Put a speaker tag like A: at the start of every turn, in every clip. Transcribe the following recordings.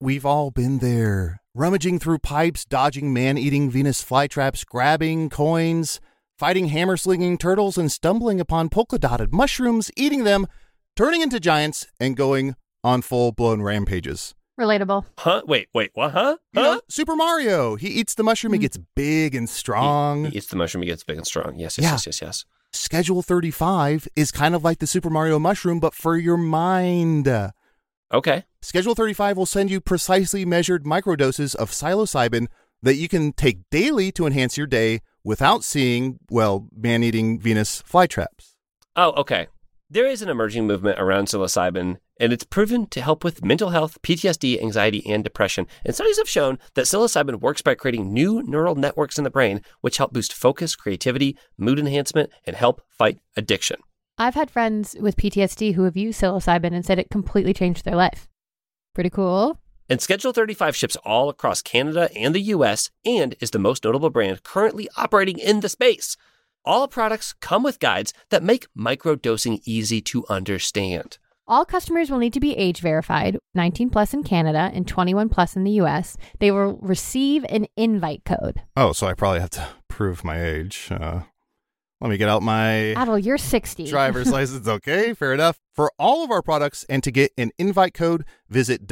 A: We've all been there, rummaging through pipes, dodging man eating Venus flytraps, grabbing coins, fighting hammer slinging turtles, and stumbling upon polka dotted mushrooms, eating them, turning into giants, and going on full blown rampages.
B: Relatable.
C: Huh? Wait, wait, what? Huh?
A: You know,
C: Huh?
A: Super Mario, he eats the mushroom, he
B: Mm.
A: gets big and strong.
C: He eats the mushroom, he gets big and strong. Yes, yes,
A: Yeah.
C: yes, yes, yes.
A: Schedule 35 is kind of like the Super Mario mushroom, but for your mind.
C: Okay.
A: Schedule 35 will send you precisely measured microdoses of psilocybin that you can take daily to enhance your day without seeing, well, man eating Venus flytraps.
C: Oh, okay. There is an emerging movement around psilocybin, and it's proven to help with mental health, PTSD, anxiety, and depression. And studies have shown that psilocybin works by creating new neural networks in the brain, which help boost focus, creativity, mood enhancement, and help fight addiction.
B: I've had friends with PTSD who have used psilocybin and said it completely changed their life. Pretty cool.
C: And Schedule 35 ships all across Canada and the US and is the most notable brand currently operating in the space. All products come with guides that make microdosing easy to understand.
B: All customers will need to be age verified, 19 plus in Canada and 21 plus in the US. They will receive an invite code.
A: Oh, so I probably have to prove my age. Uh, let me get out my
B: Adel, you're 60.
A: driver's license. Okay, fair enough. For all of our products and to get an invite code, visit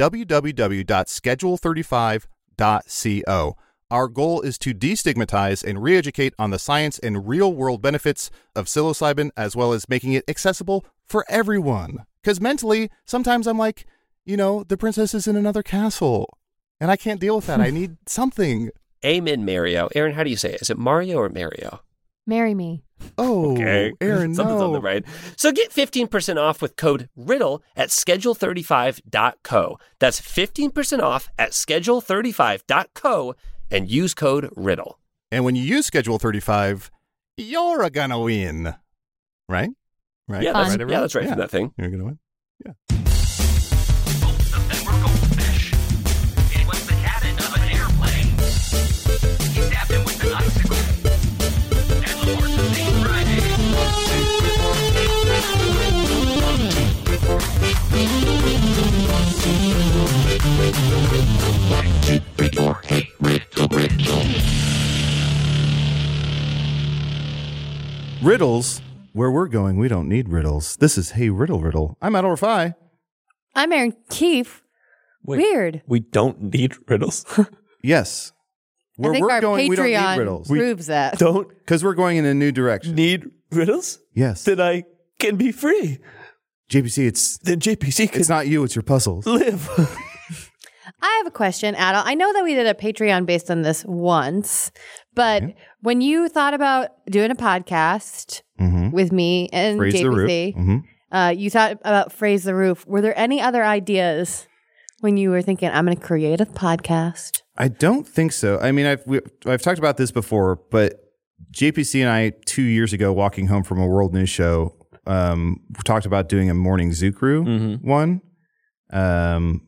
A: www.schedule35.co. Our goal is to destigmatize and re-educate on the science and real-world benefits of psilocybin as well as making it accessible for everyone. Cuz mentally, sometimes I'm like, you know, the princess is in another castle and I can't deal with that. I need something.
C: Amen, Mario. Aaron, how do you say it? Is it Mario or Mario?
B: Marry me.
A: Oh, Aaron,
C: Something's on
A: no.
C: the right. So get 15% off with code RIDDLE at schedule35.co. That's 15% off at schedule35.co and use code RIDDLE.
A: And when you use Schedule 35, you're a gonna win. Right? Right?
C: Yeah, that's,
B: Fun.
C: yeah,
A: everyone?
C: that's right
A: Yeah.
C: from that thing.
A: You're gonna win? Yeah. Riddles. Where we're going, we don't need riddles. This is Hey Riddle Riddle. I'm Adol Rafi.
D: I'm Aaron Keefe.
E: Wait,
D: Weird.
E: We don't need riddles.
A: Yes. Where
D: I think
A: we're
D: our
A: going, we don't
D: Patreon
A: need riddles.
D: proves that.
E: don't
A: Because we're going in a new direction.
E: need riddles?
A: Yes.
E: Then I can be free.
A: JPC, it's
E: Then JPC can
A: it's not you, it's your puzzles.
E: live.
D: I have a question, Adel. I know that we did a Patreon based on this once, but when you thought about doing a podcast
A: Mm-hmm.
D: with me and
A: Raise the roof.
D: JPC,
A: Mm-hmm.
D: uh, you thought about phrase the roof. Were there any other ideas when you were thinking I'm going to create a podcast?
A: I don't think so. I mean, I've we, I've talked about this before, but JPC and I two years ago, walking home from a world news show, um, talked about doing a morning zoo crew
E: Mhm.
A: one. Um,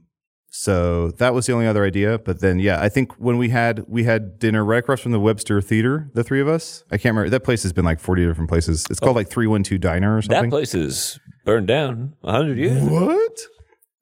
A: so that was the only other idea. But then, yeah, I think when we had we had dinner right across from the Webster Theater, the three of us. I can't remember. That place has been like forty different places. It's called like Three One Two Diner or
E: that
A: something.
E: place is burned down a hundred years. ago.
A: what?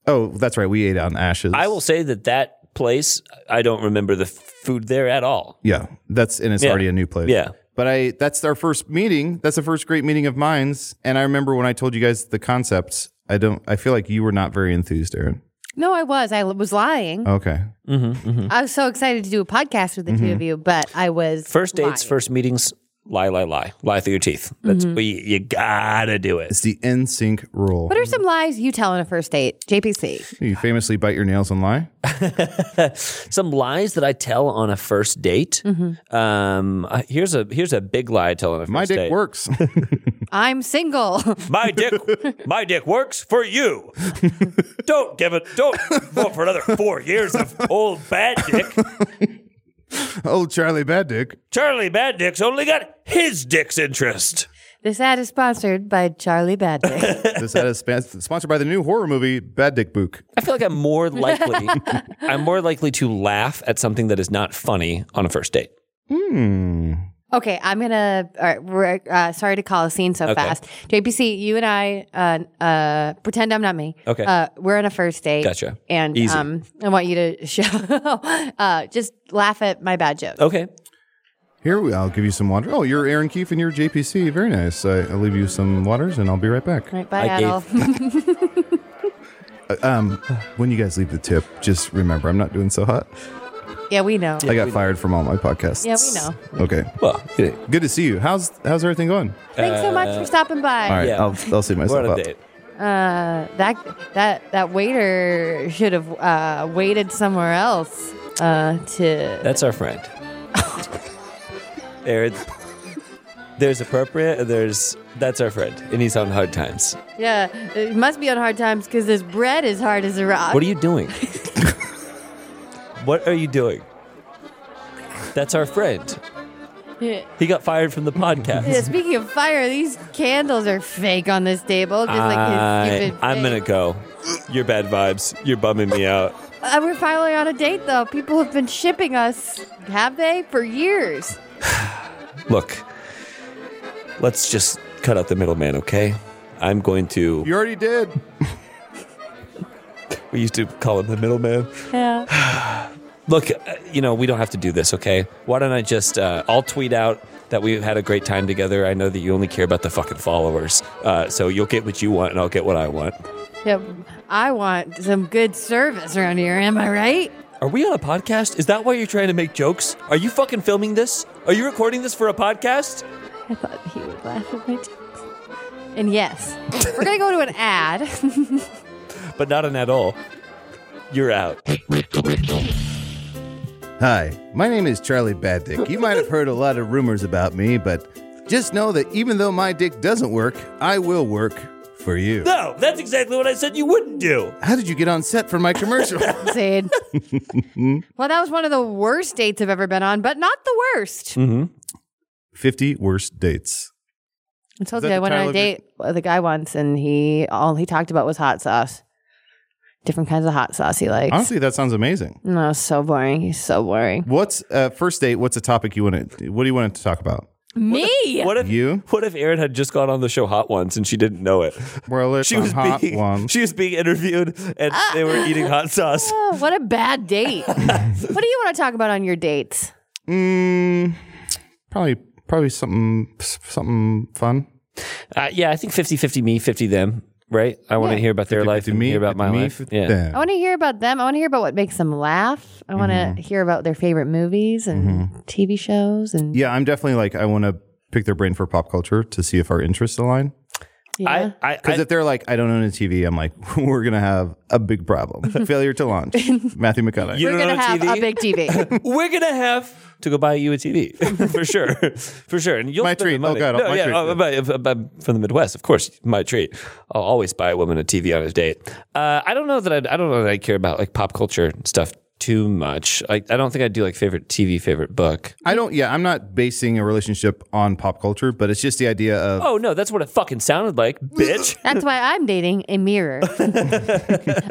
A: Oh, that's right. We ate on ashes.
E: I will say that that place, I don't remember the food there at all.
A: Yeah, that's and it's
E: Yeah.
A: already a new place.
E: Yeah.
A: But I that's our first meeting. That's the first great meeting of mine's. And I remember when I told you guys the concepts. I don't. I feel like you were not very enthused, Aaron.
D: No, I was. I was lying.
A: Okay.
E: Mm-hmm,
A: Uh-huh.
D: I was so excited to do a podcast with the two
A: Mm-hmm.
D: of you, but I was
E: First
D: lying.
E: dates, first meetings, lie, lie, lie, lie through your teeth. That's we you gotta do it.
A: It's the NSYNC rule.
D: What are some lies you tell on a first date, JPC?
A: you famously bite your nails and lie.
E: Some lies that I tell on a first date. Um, uh, here's a here's a big lie I tell on a first
A: My dick
E: date.
A: works.
D: I'm single.
E: My dick, my dick works for you. Don't give it. Don't go for another four years of old bad dick.
A: oh, Charlie, bad dick.
E: Charlie Bad Dick's only got his dick's interest.
D: this ad is sponsored by Charlie Baddick.
A: This ad is span- sponsored by the new horror movie Bad Dick Book.
E: I feel like I'm more likely. I'm more likely to laugh at something that is not funny on a first date.
A: Hmm.
D: Okay, I'm gonna. All right, we're, uh, sorry to call a scene so
E: Okay.
D: fast. JPC, you and I uh, uh, pretend I'm not me.
E: Okay.
D: uh, we're on a first date.
E: Gotcha.
D: And
E: Easy.
D: um, I want you to show, uh, just laugh at my bad joke.
E: Okay.
A: Here, we, I'll give you some water. Oh, you're Aaron Keefe and you're JPC. Very nice. I, I'll leave you some waters and I'll be right back.
D: All right, bye,
E: I
D: Adel.
A: When you guys leave the tip, just remember I'm not doing so hot.
D: yeah, we know.
A: I got fired from all my podcasts.
D: Yeah, we know.
A: Okay.
E: Well, yeah,
A: Good to see you. How's how's everything going?
D: Thanks so
E: Uh,
D: much for stopping
A: All
D: by.
A: right,
E: Yeah.
A: I'll I'll see myself
E: we're on
A: up.
E: a date.
D: Uh, that that that waiter should have uh, waited somewhere else uh, to.
E: That's our friend. Aaron, there's appropriate, and there's that's our friend, and he's on hard times.
D: Yeah, it must be on hard times because this bread is hard as a rock.
E: What are you doing? what are you doing? That's our friend.
D: Yeah.
E: He got fired from the podcast.
D: Yeah, speaking of fire, these candles are fake on this table, just like his
E: I,
D: stupid.
E: I'm gonna
D: face.
E: go. Your bad vibes. You're bumming me out.
D: Uh, we're finally on a date, though. People have been shipping us, have they, for years?
E: Look, let's just cut out the middleman, okay? I'm going to.
A: You already did.
E: We used to call him the middleman.
D: Yeah.
E: Look, uh, you know, we don't have to do this, okay? Why don't I just, uh, I'll tweet out that we had a great time together. I know that you only care about the fucking followers. Uh, so you'll get what you want and I'll get what I want.
D: yeah. I want some good service around here. Am I right?
E: Are we on a podcast? Is that why you're trying to make jokes? Are you fucking filming this? Are you recording this for a podcast?
D: I thought he would laugh at my jokes. And yes, we're gonna go to an ad.
E: But not an at all. You're out.
A: Hi, my name is Charlie Bad Dick. You might have heard a lot of rumors about me, but just know that even though my dick doesn't work, I will work for you.
E: No, that's exactly what I said you wouldn't do.
A: How did you get on set for my commercial?
D: Zane. well, that was one of the worst dates I've ever been on, but not the worst.
E: Mm-hmm.
A: 50 worst dates.
D: I told
A: Is that
D: you I
A: the
D: went on
A: title
D: a
A: of your-
D: date with a guy once, and he all he talked about was hot sauce, different kinds of hot sauce he likes.
A: Honestly, that sounds amazing.
D: No, it's so boring. He's so boring.
A: What's uh, first date? What's a topic you want to? What do you want to talk about?
D: Me?
E: What if
A: You?
E: What if Erin had just gone on the show Hot Ones and she didn't know it?
A: Well, it's
E: She
A: a
E: was
A: hot
E: being
A: one.
E: she was being interviewed and they were eating hot sauce.
D: Oh, what a bad date. what do you want to talk about on your dates?
A: Mm, probably, probably something, something fun.
E: Uh, yeah, I think 50-50 me, 50 them, right? I want to hear about their life
A: 50
E: and hear about
A: 50
E: my
A: me,
E: life.
A: 50
E: Yeah.
A: them.
D: I want to hear about them. I want to hear about what makes them laugh. I want to
A: Mm-hmm.
D: hear about their favorite movies and TV shows. And
A: Yeah, I'm definitely like I want to pick their brain for pop culture to see if our interests align.
E: I, I,
A: Because
E: I,
A: if they're like, I don't own a TV, I'm like, we're gonna have a big problem. Failure to launch. Matthew McConaughey.
E: You
D: we're
E: don't
D: gonna
E: know
D: have
E: TV?
D: a big TV.
E: we're gonna have to go buy you a TV for sure, for sure. And you'll
A: My
E: spend the
A: treat. Oh,
E: money.
A: God,
E: no,
A: my
E: yeah,
A: treat.
E: oh, but- but- but from the Midwest, of course, my treat. I'll always buy a woman a TV on a date. Uh, I don't know that I'd, I don't know that I care about like pop culture and stuff too much. I, I don't think I do like favorite TV, favorite book.
A: I don't. Yeah, I'm not basing a relationship on pop culture, but it's just the idea of
E: Oh no, that's what it fucking sounded like, bitch.
D: That's why I'm dating a mirror.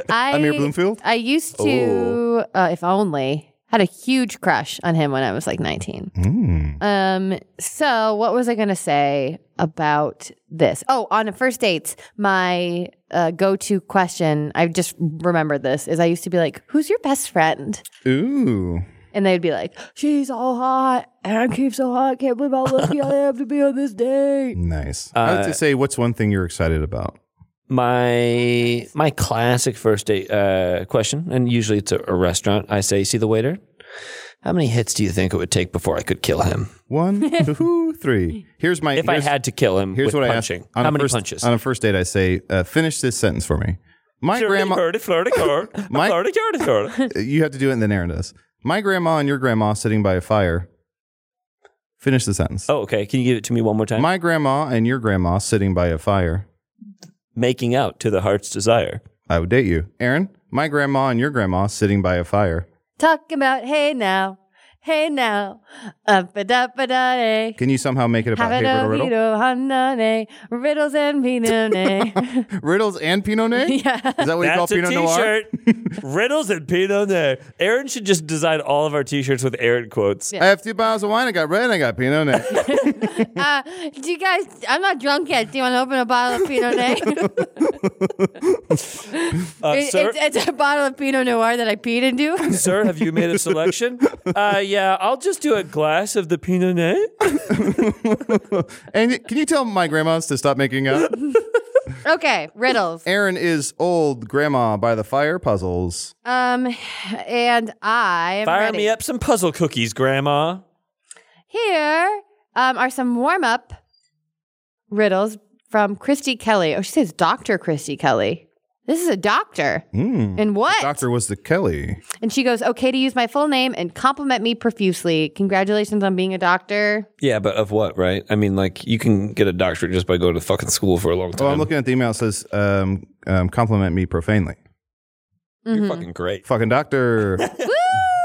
D: I,
A: Amir Bloomfield?
D: I used to,
E: Oh.
D: uh, if only, had a huge crush on him when I was like 19. Um, so what was I going to say about this? Oh, on the first dates, my uh, go-to question, I just remembered this, is I used to be like, who's your best friend?
E: Oh.
A: ooh.
D: And they'd be like, she's so hot, and I keep so hot, can't believe how lucky I am to be on this date.
A: Nice. I
E: Uh,
A: like to say, what's one thing you're excited about?
E: my my classic first date uh, question, and usually it's a, a restaurant. I say, "See the waiter." How many hits do you think it would take before I could kill him?
A: One, two, three. Here's my.
E: If I
A: here's-
E: had to kill him
A: Here's
E: with
A: what
E: punching,
A: I ask. on
E: how
A: a
E: many
A: first,
E: punches?
A: on a first date? I say, uh, finish this sentence for me. My grandma. My- flirty, You have to do it, and then Aaron does. My grandma and your grandma sitting by a fire. Finish the sentence.
E: Oh, okay. Can you give it to me one more time?
A: My grandma and your grandma sitting by a fire.
E: Making out to the heart's desire.
A: I would date you, Aaron. My grandma and your grandma sitting by a fire.
D: Talking about, hey now, Hey now, up a da ba da day.
A: Can you somehow make it about
D: Have
A: Hey
D: it
A: Riddle
D: a
A: Riddle?
D: vito handane, riddles and pinone.
A: Riddles and Pinot Noir?
D: yeah.
A: Is that what you call
E: That's a
A: Pinot Noir?
E: t-shirt. Riddles and Pinot Noir. Aaron should just design all of our t-shirts with Aaron quotes.
A: I have two bottles of wine. I got red and I got Pinot Noir.
D: Uh, do you guys? I'm not drunk yet. Do you want to open a bottle of Pinot Noir?
E: Uh,
D: It-
E: sir,
D: it's, it's a bottle of Pinot Noir that I peed into.
E: sir, have you made a selection? Uh, yeah, I'll just do a glass of the Pinot Noir.
A: and can you tell my grandmas to stop making up?
D: okay, riddles.
A: Aaron is old grandma by the fire puzzles.
D: Um, and I am
E: Fire
D: ready.
E: me up some puzzle cookies, Grandma.
D: Here um, are some warm up riddles from Christy Kelly. Oh, she says Dr. Christy Kelly. This is a doctor. And what?
A: Doctor was the Kelly.
D: And she goes, okay to use my full name and compliment me profusely. Congratulations on being a doctor.
E: Yeah, but of what, right? I mean, like you can get a doctorate just by going to fucking school for a long time.
A: Oh, I'm looking at the email. It says, um, um, compliment me profanely.
E: You're
D: Mm-hmm.
E: fucking great.
A: Fucking doctor.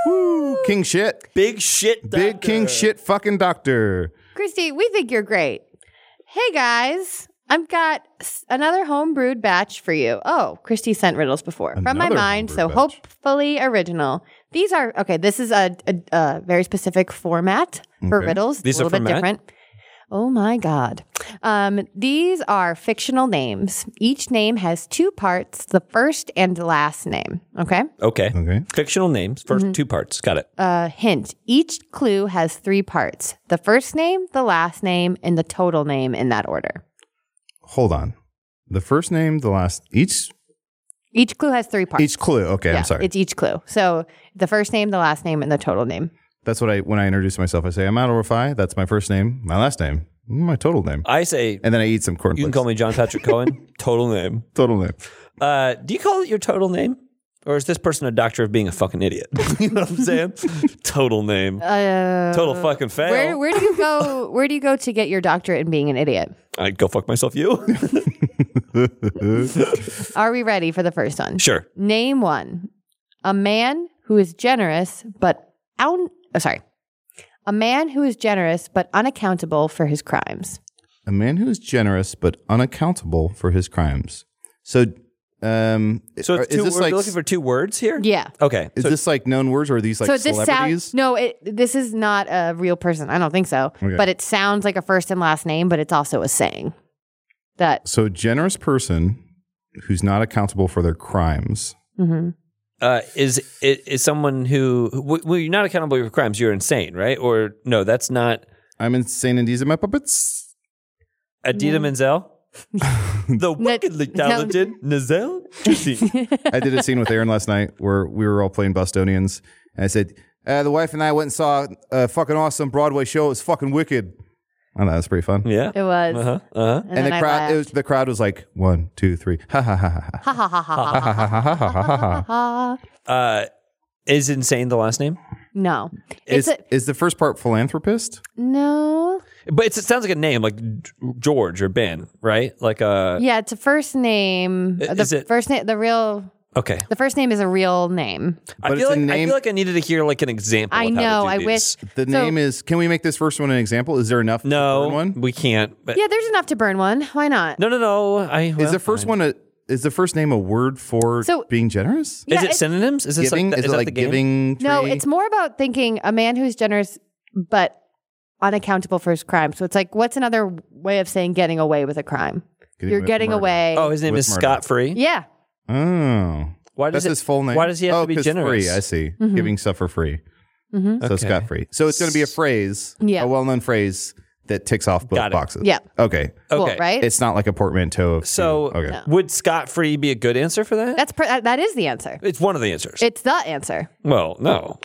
A: Woo! King shit.
E: Big shit.
A: Big king shit fucking doctor.
D: Christy, we think you're great. Hey guys, I've got s- another homebrewed batch for you. Oh, Christy sent riddles before from my
A: Another
D: mind, so
A: homebrewed batch.
D: hopefully original. These are okay. This is a, a, a very specific format for
A: Okay.
D: riddles.
E: These
D: a
E: are
D: little
E: from
D: bit
E: Matt?
D: different. Oh my god. Um, these are fictional names. Each name has two parts: the first and last name. Okay.
E: Okay.
A: Okay.
E: Fictional names. 1st two parts. Got it.
D: Mm-hmm. Uh, hint each clue has three parts the first name, the last name, and the total name in that order.
A: Hold on. The first name, the last, each,
D: Each clue has three parts.
A: each clue. Okay,
D: Yeah,
A: I'm sorry.
D: It's each clue. So the first name, the last name, and the total name.
A: That's what I when I introduce myself. I say I'm Al Rafai. That's my first name, my last name, my total name,
E: I say
A: and then I eat some cornflakes.
E: you can call me John Patrick Cohen. total name.
A: total name.
E: Uh, do you call it your total name? Or is this person a doctor of being a fucking idiot? you know what I'm saying? total name.
D: Uh,
E: total fucking fail.
D: Where, where do you go? Where do you go to get your doctorate in being an idiot?
E: I go fuck myself. You
D: Are we ready for the first one?
E: sure?
D: Name one. A man who is generous but un- oh, sorry. A man who is generous but unaccountable for his crimes.
A: A man who is generous but unaccountable for his crimes. So, um,
E: So
A: are-
E: it's two,
A: is this
E: we're
A: like
E: looking for two words here.
D: Yeah.
E: Okay.
A: is
E: so
A: this like known words or are these like
D: so this
A: celebrities?
D: sounds no, it, this is not a real person. I don't think so. But it sounds like a first and last name, but it's also a saying. That
A: so a generous person who's not accountable for their crimes.
D: mhm.
E: uh, is, is is someone who wh- well, you're not accountable for crimes. You're insane, right? Or no, that's not
A: I'm insane and these are my puppets.
E: Adita Menzel. the wickedly
D: no.
E: talented Nazel. Juicy.
A: I did a scene with Aaron last night where we were all playing Bostonians, and I said, uh, "The wife and I went and saw a fucking awesome Broadway show. It was fucking wicked." I don't know, that's pretty fun.
E: yeah.
D: It was.
E: Uh-huh. Uh-huh.
D: And,
A: and
D: then
A: the
D: I
A: crowd, it was,
D: laughed.
A: the crowd was like one, two, three, ha ha ha ha
D: ha ha ha ha
A: ha ha ha ha ha ha ha ha.
D: ha.
E: Uh, is insane the last name?
D: No,
A: Is
D: it's a,
A: is the first part philanthropist?
D: no.
E: But it's, it sounds like a name like G- George or Ben, right? Like uh
D: Yeah, it's a first name.
E: I-
D: the
E: is it-
D: first name? The real.
E: okay.
D: The first name is a real name.
E: I
A: But
E: feel
A: it's a
E: like I
A: name-
E: feel like I needed to hear like an example.
D: I
E: of how to
D: know.
E: do
D: I
E: these.
D: wish.
A: The name is. Can we make this first one an example? Is there enough? to
E: No,
A: burn one
E: we can't. But
D: Yeah, there's enough to burn one. Why not?
E: no, no, no. I well,
A: is the first one a is the first name a word for
D: So-
A: being generous?
E: Is
D: Yeah,
E: it
D: it's-
E: synonyms? Is this
A: giving
E: like the,
A: is, it
E: that
A: like
E: the game?
A: giving?
D: No,
A: tree?
D: it's more about thinking a man who's generous but unaccountable for his crime. So it's like, what's another way of saying getting away with a crime?
A: Getting
D: You're
A: away with
D: getting
A: murder.
D: away.
E: Oh, his name
A: With
E: is
A: murder.
E: Scott Free.
D: yeah.
A: Oh,
E: Why does
A: that's
E: it,
A: his full name.
E: Why does he have
A: oh,
E: to be
A: 'cause
E: generous?
A: Free, I see.
D: Mm-hmm.
A: Giving stuff for free.
D: hmm
A: So
E: Okay.
A: scot free. So it's going to be a phrase,
D: Yeah.
A: a well known phrase that ticks off both
E: Got it.
A: boxes.
D: Yeah.
A: Okay.
D: Cool,
E: Okay.
D: right?
A: It's not like a portmanteau of.
E: So
A: two. okay.
E: would Scott Free be a good answer for that?
D: That's pr- uh, that is the answer.
E: it's one of the answers.
D: It's the answer.
E: well, no.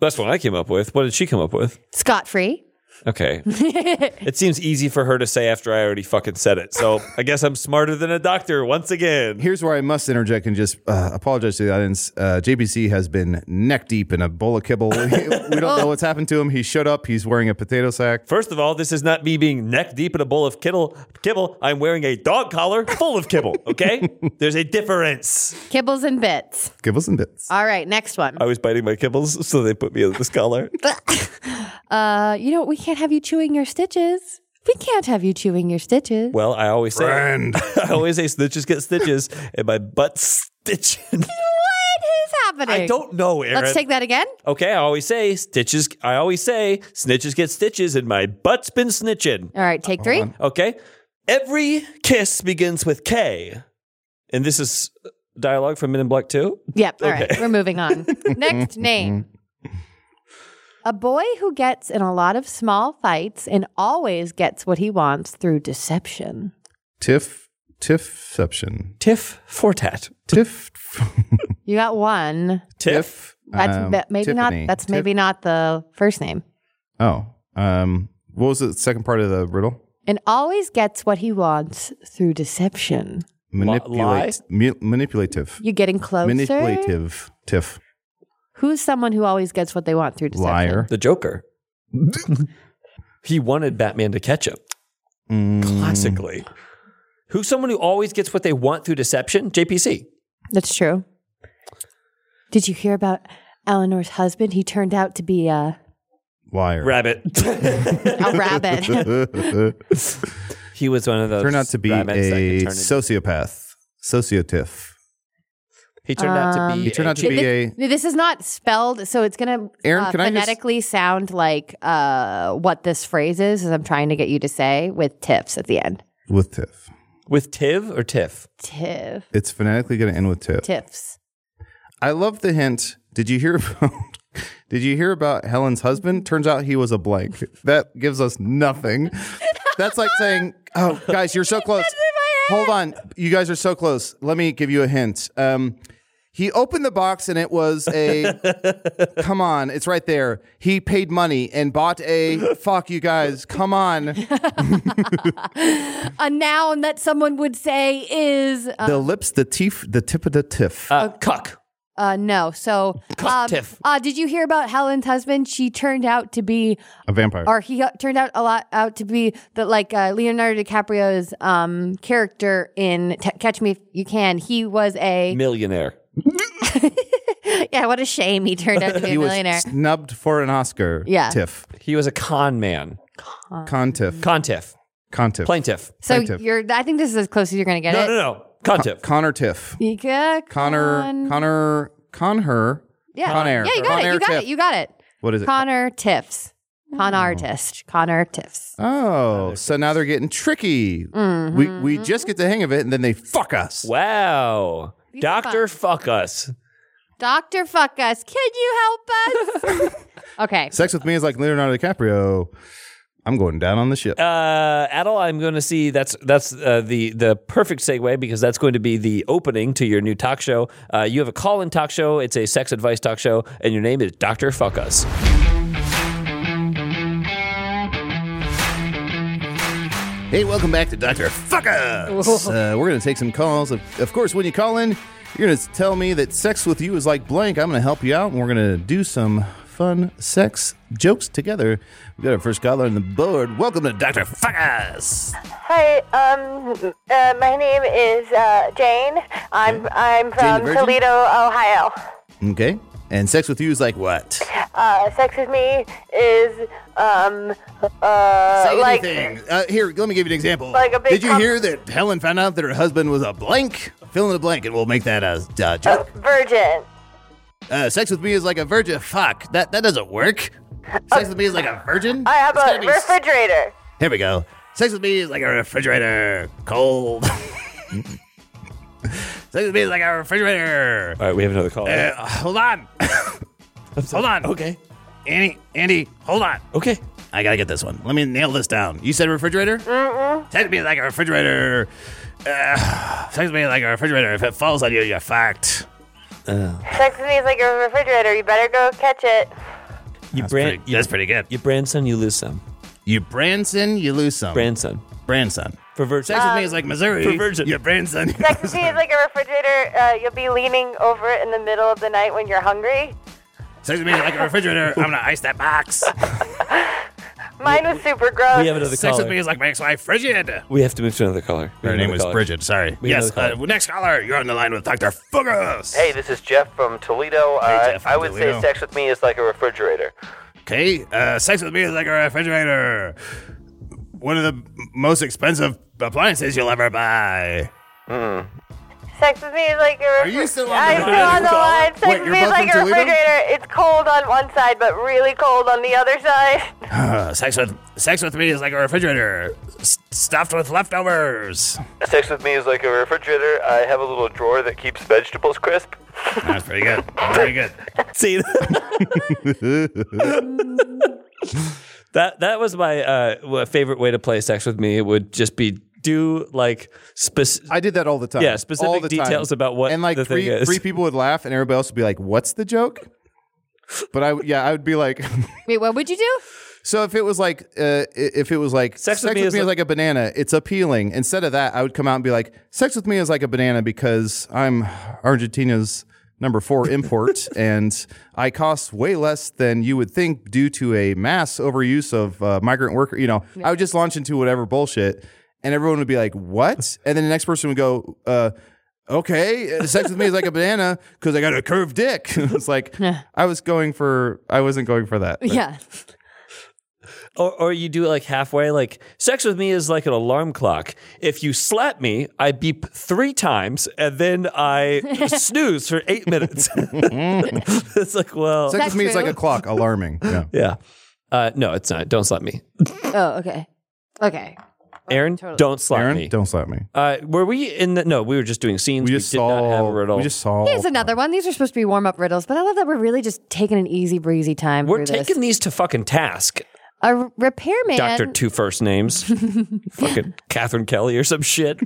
E: That's what I came up with. What did she come up with?
D: Scot free.
E: Okay. it seems easy for her to say after I already fucking said it. So I guess I'm smarter than a doctor once again.
A: Here's where I must interject and just uh, apologize to the audience. Uh, JBC has been neck deep in a bowl of kibble. we don't know what's happened to him. He showed up. He's wearing a potato sack.
E: First of all, this is not me being neck deep in a bowl of kittle, kibble. I'm wearing a dog collar full of kibble, okay? There's a difference.
D: Kibbles and bits.
A: Give us some bits.
D: All right, next one.
A: Uh,
E: I was biting my kibbles, so they put me in this collar.
D: Uh, you know, we can't have you chewing your stitches. We can't have you chewing your stitches.
E: Well, I always say,
A: Friend.
E: I always say snitches get stitches, and my butt stitching.
D: What is happening?
E: I don't know, Aaron.
D: Let's take that again.
E: Okay, I always say stitches. I always say snitches get stitches, and my butt's been snitching.
D: All right, take three.
A: Uh, on.
E: Okay, every kiss begins with K, and this is uh, dialogue from Men in Black Two.
D: Yep. All right, we're moving on. Next name. A boy who gets in a lot of small fights and always gets what he wants through deception.
A: Tiff. Tiffception.
E: Tiff Fortat.
A: Tiff.
D: You got one.
E: Tiff.
D: That's
A: um,
D: that- maybe
A: Tiffany.
D: not. That's
A: Tiff-
D: maybe not the first name.
A: Oh. Um. What was the second part of the riddle?
D: And always gets what he wants through deception.
E: lie?
A: Manipulate. mu- manipulative.
D: You getting closer?
A: Manipulative. Tiff.
D: Who's someone who always gets what they want through deception?
A: Liar.
E: The Joker. he wanted Batman to catch him.
A: Mm,
E: Classically. Who's someone who always gets what they want through deception? JPC.
D: That's true. Did you hear about Eleanor's husband? He turned out to be a,
A: Liar.
E: Rabbit.
D: a rabbit.
E: he was one of those.
A: Turned out to be
E: rabbits that could
A: a
E: turn into-
A: sociopath. Sociotiff.
E: he turned out to be.
A: He turned out to be a.
D: this is not spelled, so it's going to
A: Aaron,
D: uh,
A: can I just-
D: phonetically sound like uh, what this phrase is, as I'm trying to get you to say with tiffs at the end.
A: With Tiff.
E: with Tiv or Tiff.
D: Tiff,
A: It's phonetically going to end with Tiff.
D: tiffs.
A: I love the hint. Did you hear about? Did you hear about Helen's husband? Turns out he was a blank. That gives us nothing. That's like saying, "Oh, guys, you're so close. Hold on, you guys are so close. Let me give you a hint." Um, he opened the box and it was a. come on, it's right there. He paid money and bought a. Fuck you guys. Come on.
D: A noun that someone would say is uh,
A: The lips, the teeth, the tip of the tiff.
E: Uh, cuck.
D: uh, no. So, um,
E: tiff.
D: uh, did you hear about Helen's husband? She turned out to be
A: a vampire.
D: or he turned out a lot out to be that like uh, Leonardo DiCaprio's um, character in T- Catch Me If You Can. He was a
E: Millionaire.
D: yeah. What a shame he turned out to be
A: he
D: a
A: was
D: millionaire.
A: snubbed for an Oscar.
D: Yeah.
A: Tiff.
E: He was a con man.
A: Con tiff.
E: Con Tiff.
A: Con tiff.
E: Plaintiff.
D: So
A: plaintiff.
D: you're. I think this is as close as you're gonna get
E: No,
D: it.
E: no, no. Con Tiff.
A: Connor Tiff.
D: You got
A: Connor
D: Con-
A: Connor Conher.
D: yeah.
A: Conair.
D: Yeah, you got it.
A: Conair
D: You got
A: Tiff.
D: it. You got it.
A: What is it?
D: Connor Tiffs.
E: Oh.
D: Con artist. Connor Tiffs.
A: oh, so now they're getting tricky. We we just get the hang of it and then they fuck us.
E: Wow.
D: These are
E: Doctor Fuck Us.
D: Doctor Fuck Us. Can you help us? okay.
A: Sex with me is like Leonardo DiCaprio. I'm going down on the ship.
E: Uh, Adel, I'm going to see that's that's uh, the the perfect segue because that's going to be the opening to your new talk show. Uh, you have a call-in talk show. It's a sex advice talk show, and your name is Doctor Fuck Us.
A: Hey, welcome back to Dr. Fuckers. Uh, we're going to take some calls. Of, of course, when you call in, you're going to tell me that sex with you is like blank. I'm going to help you out, and we're going to do some fun sex jokes together. we got our first caller on the board. Welcome to Dr. Fuckers.
F: Hi, um, uh, my name is uh, Jane. I'm I'm
A: Jane the
F: from
A: Virgin?
F: Toledo, Ohio.
A: Okay. And sex with you is like what?
F: Uh, sex with me is um uh
A: Say
F: like
A: anything. Uh, here, let me give you an example.
F: Like a big
A: Did you
F: com-
A: hear that Helen found out that her husband was a blank? Fill in the blank, and we'll make that a uh, joke.
F: virgin.
A: Uh, sex with me is like a virgin. Fuck, that that doesn't work. Sex with me is like a virgin.
F: I have
A: It's gotta
F: a
A: be s-
F: refrigerator.
A: Here we go. Sex with me is like a refrigerator, cold. Sex with me is like a refrigerator.
E: All right, we have another call.
A: Uh, hold on, hold on.
E: Okay,
A: Andy, Andy, hold on.
E: okay.
A: I gotta get this one. Let me nail this down. You said refrigerator? Mm-mm. Sex with me is like a refrigerator. Uh, sex with me is like a refrigerator. If it falls on you, you're fucked.
F: Sex with me is like a refrigerator. You better go catch it.
E: You
A: That's pretty,
E: brand, you,
A: that's pretty good.
E: you brand some, you lose some.
G: You Branson, you lose some.
E: Grandson.
G: Branson.
E: For virtue.
G: Sex with me is like Missouri.
E: for virgin.
G: You Branson.
A: Sex tea is Uh, like a refrigerator. Uh, you'll be leaning over it in the middle of the night when you're hungry.
G: Sex with me is like a refrigerator. I'm gonna ice that box.
A: Mine was super gross.
E: we have another
G: Sex
E: caller.
G: with me is like my ex-wife, Frigid.
E: We have to move to another caller. We
G: Her
E: have
G: name
E: another
G: was
E: caller.
G: Bridget. Sorry.
E: We have
G: yes.
E: another
G: Uh,
E: caller.
G: next caller, you're on the line with Dr. Fugos.
H: Hey, this is Jeff from Toledo.
G: Hey,
H: uh,
G: Jeff from
H: I would
G: Toledo.
H: say sex with me is like a refrigerator.
G: Okay. Uh, sex with me is like a refrigerator. One of the m- most expensive appliances you'll ever buy.
A: Sex with me is like a refrigerator.
G: Are you still on the
A: I'm
G: line?
A: still on the line. Sex
G: Wait,
A: with
G: you're
A: me is
G: both
A: like a
G: from Toledo?
A: refrigerator. It's cold on one side, but really cold on the other side.
G: Uh, sex with sex with me is like a refrigerator s- stuffed with leftovers.
H: Sex with me is like a refrigerator. I have a little drawer that keeps vegetables crisp.
G: That's pretty good. Very good.
E: See that that was my uh, w- favorite way to play sex with me. It would just be do like specific.
G: I did that all the time.
E: Yeah, specific
G: All the time.
E: details about what
G: and like
E: the
G: three,
E: thing is.
G: three people would laugh, and everybody else would be like, "What's the joke?" But I, yeah, I would be like,
D: Wait, what would you do?
G: so if it was like, uh, i- if it was like,
E: Sex with me is
G: is
E: like-
G: like a banana, it's appealing. Instead of that, I would come out and be like, sex with me is like a banana because I'm Argentina's number four import, and I cost way less than you would think due to a mass overuse of uh, migrant worker. You know, I would just launch into whatever bullshit, and everyone would be like, "What?" And then the next person would go. Uh, okay, uh, sex with me is like a banana because I got a curved dick. it's like I was going for, I wasn't going for that. but-
D: Yeah.
E: Or, or you do it like halfway. Like sex with me is like an alarm clock. If you slap me, I beep three times and then I snooze for eight minutes. it's like well,
G: Sex
D: That's
G: with me is
D: true.
G: like a clock, alarming. Yeah.
E: yeah. Uh, no, it's not. Don't slap me,
D: Oh, okay. Okay.
E: Aaron. Don't slap
G: Aaron,
E: me.
G: don't slap me.
E: Uh, were we in the? No, we were just doing scenes.
G: We just
E: did
G: saw.
E: not have a riddle.
G: We just saw.
D: Here's another one. These are supposed to be warm up riddles, but I love that we're really just taking an easy breezy time.
E: We're
D: through this.
E: taking these to fucking task,
D: a r- repairman.
E: Doctor Two First Names, fucking Catherine Kelly or some shit,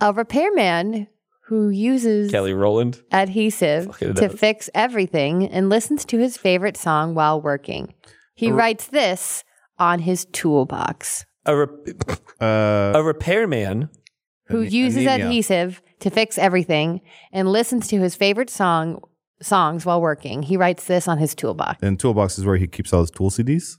D: A repairman who uses
E: Kelly Rowland.
D: adhesive
E: Fucking
D: to
E: does.
D: fix everything and listens to his favorite song while working. He writes this on his toolbox.
E: A re-
G: Uh,
E: a repairman
D: Who
G: Ane-
D: uses
G: anemia.
D: adhesive to fix everything and listens to his favorite song songs while working. He writes this on his toolbox.
G: and toolbox is where he keeps all his tool CDs.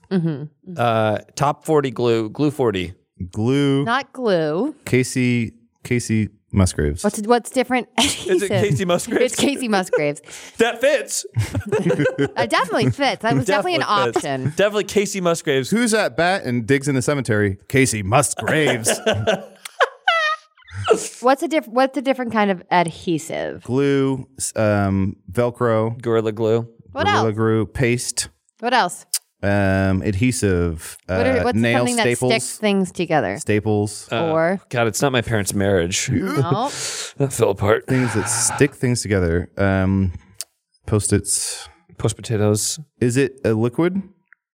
E: uh, top forty glue glue forty.
G: Glue.
D: Mm. Not glue.
G: Casey. Casey Musgraves.
D: What's what's different? Adhesive.
E: Is it Casey Musgraves?
D: It's Casey Musgraves.
E: that fits.
D: It definitely fits. That was definitely, an
E: fits.
D: option.
E: Definitely Casey Musgraves.
G: Who's at bat and digs in the cemetery? Casey Musgraves.
D: What's a diff- What's a different kind of adhesive?
G: Glue. s- Um, Velcro.
E: Gorilla glue.
D: What
G: Gorilla
D: else?
G: Glue. Paste.
D: What else?
G: Um, adhesive. Uh,
D: What are, what's
G: nail
D: something that
G: staples.
D: sticks things together?
G: Staples.
D: or
E: God, it's not my parents' marriage.
D: no,
E: that fell apart.
G: things that stick things together. Um, Post its.
E: Post potatoes.
G: Is it a liquid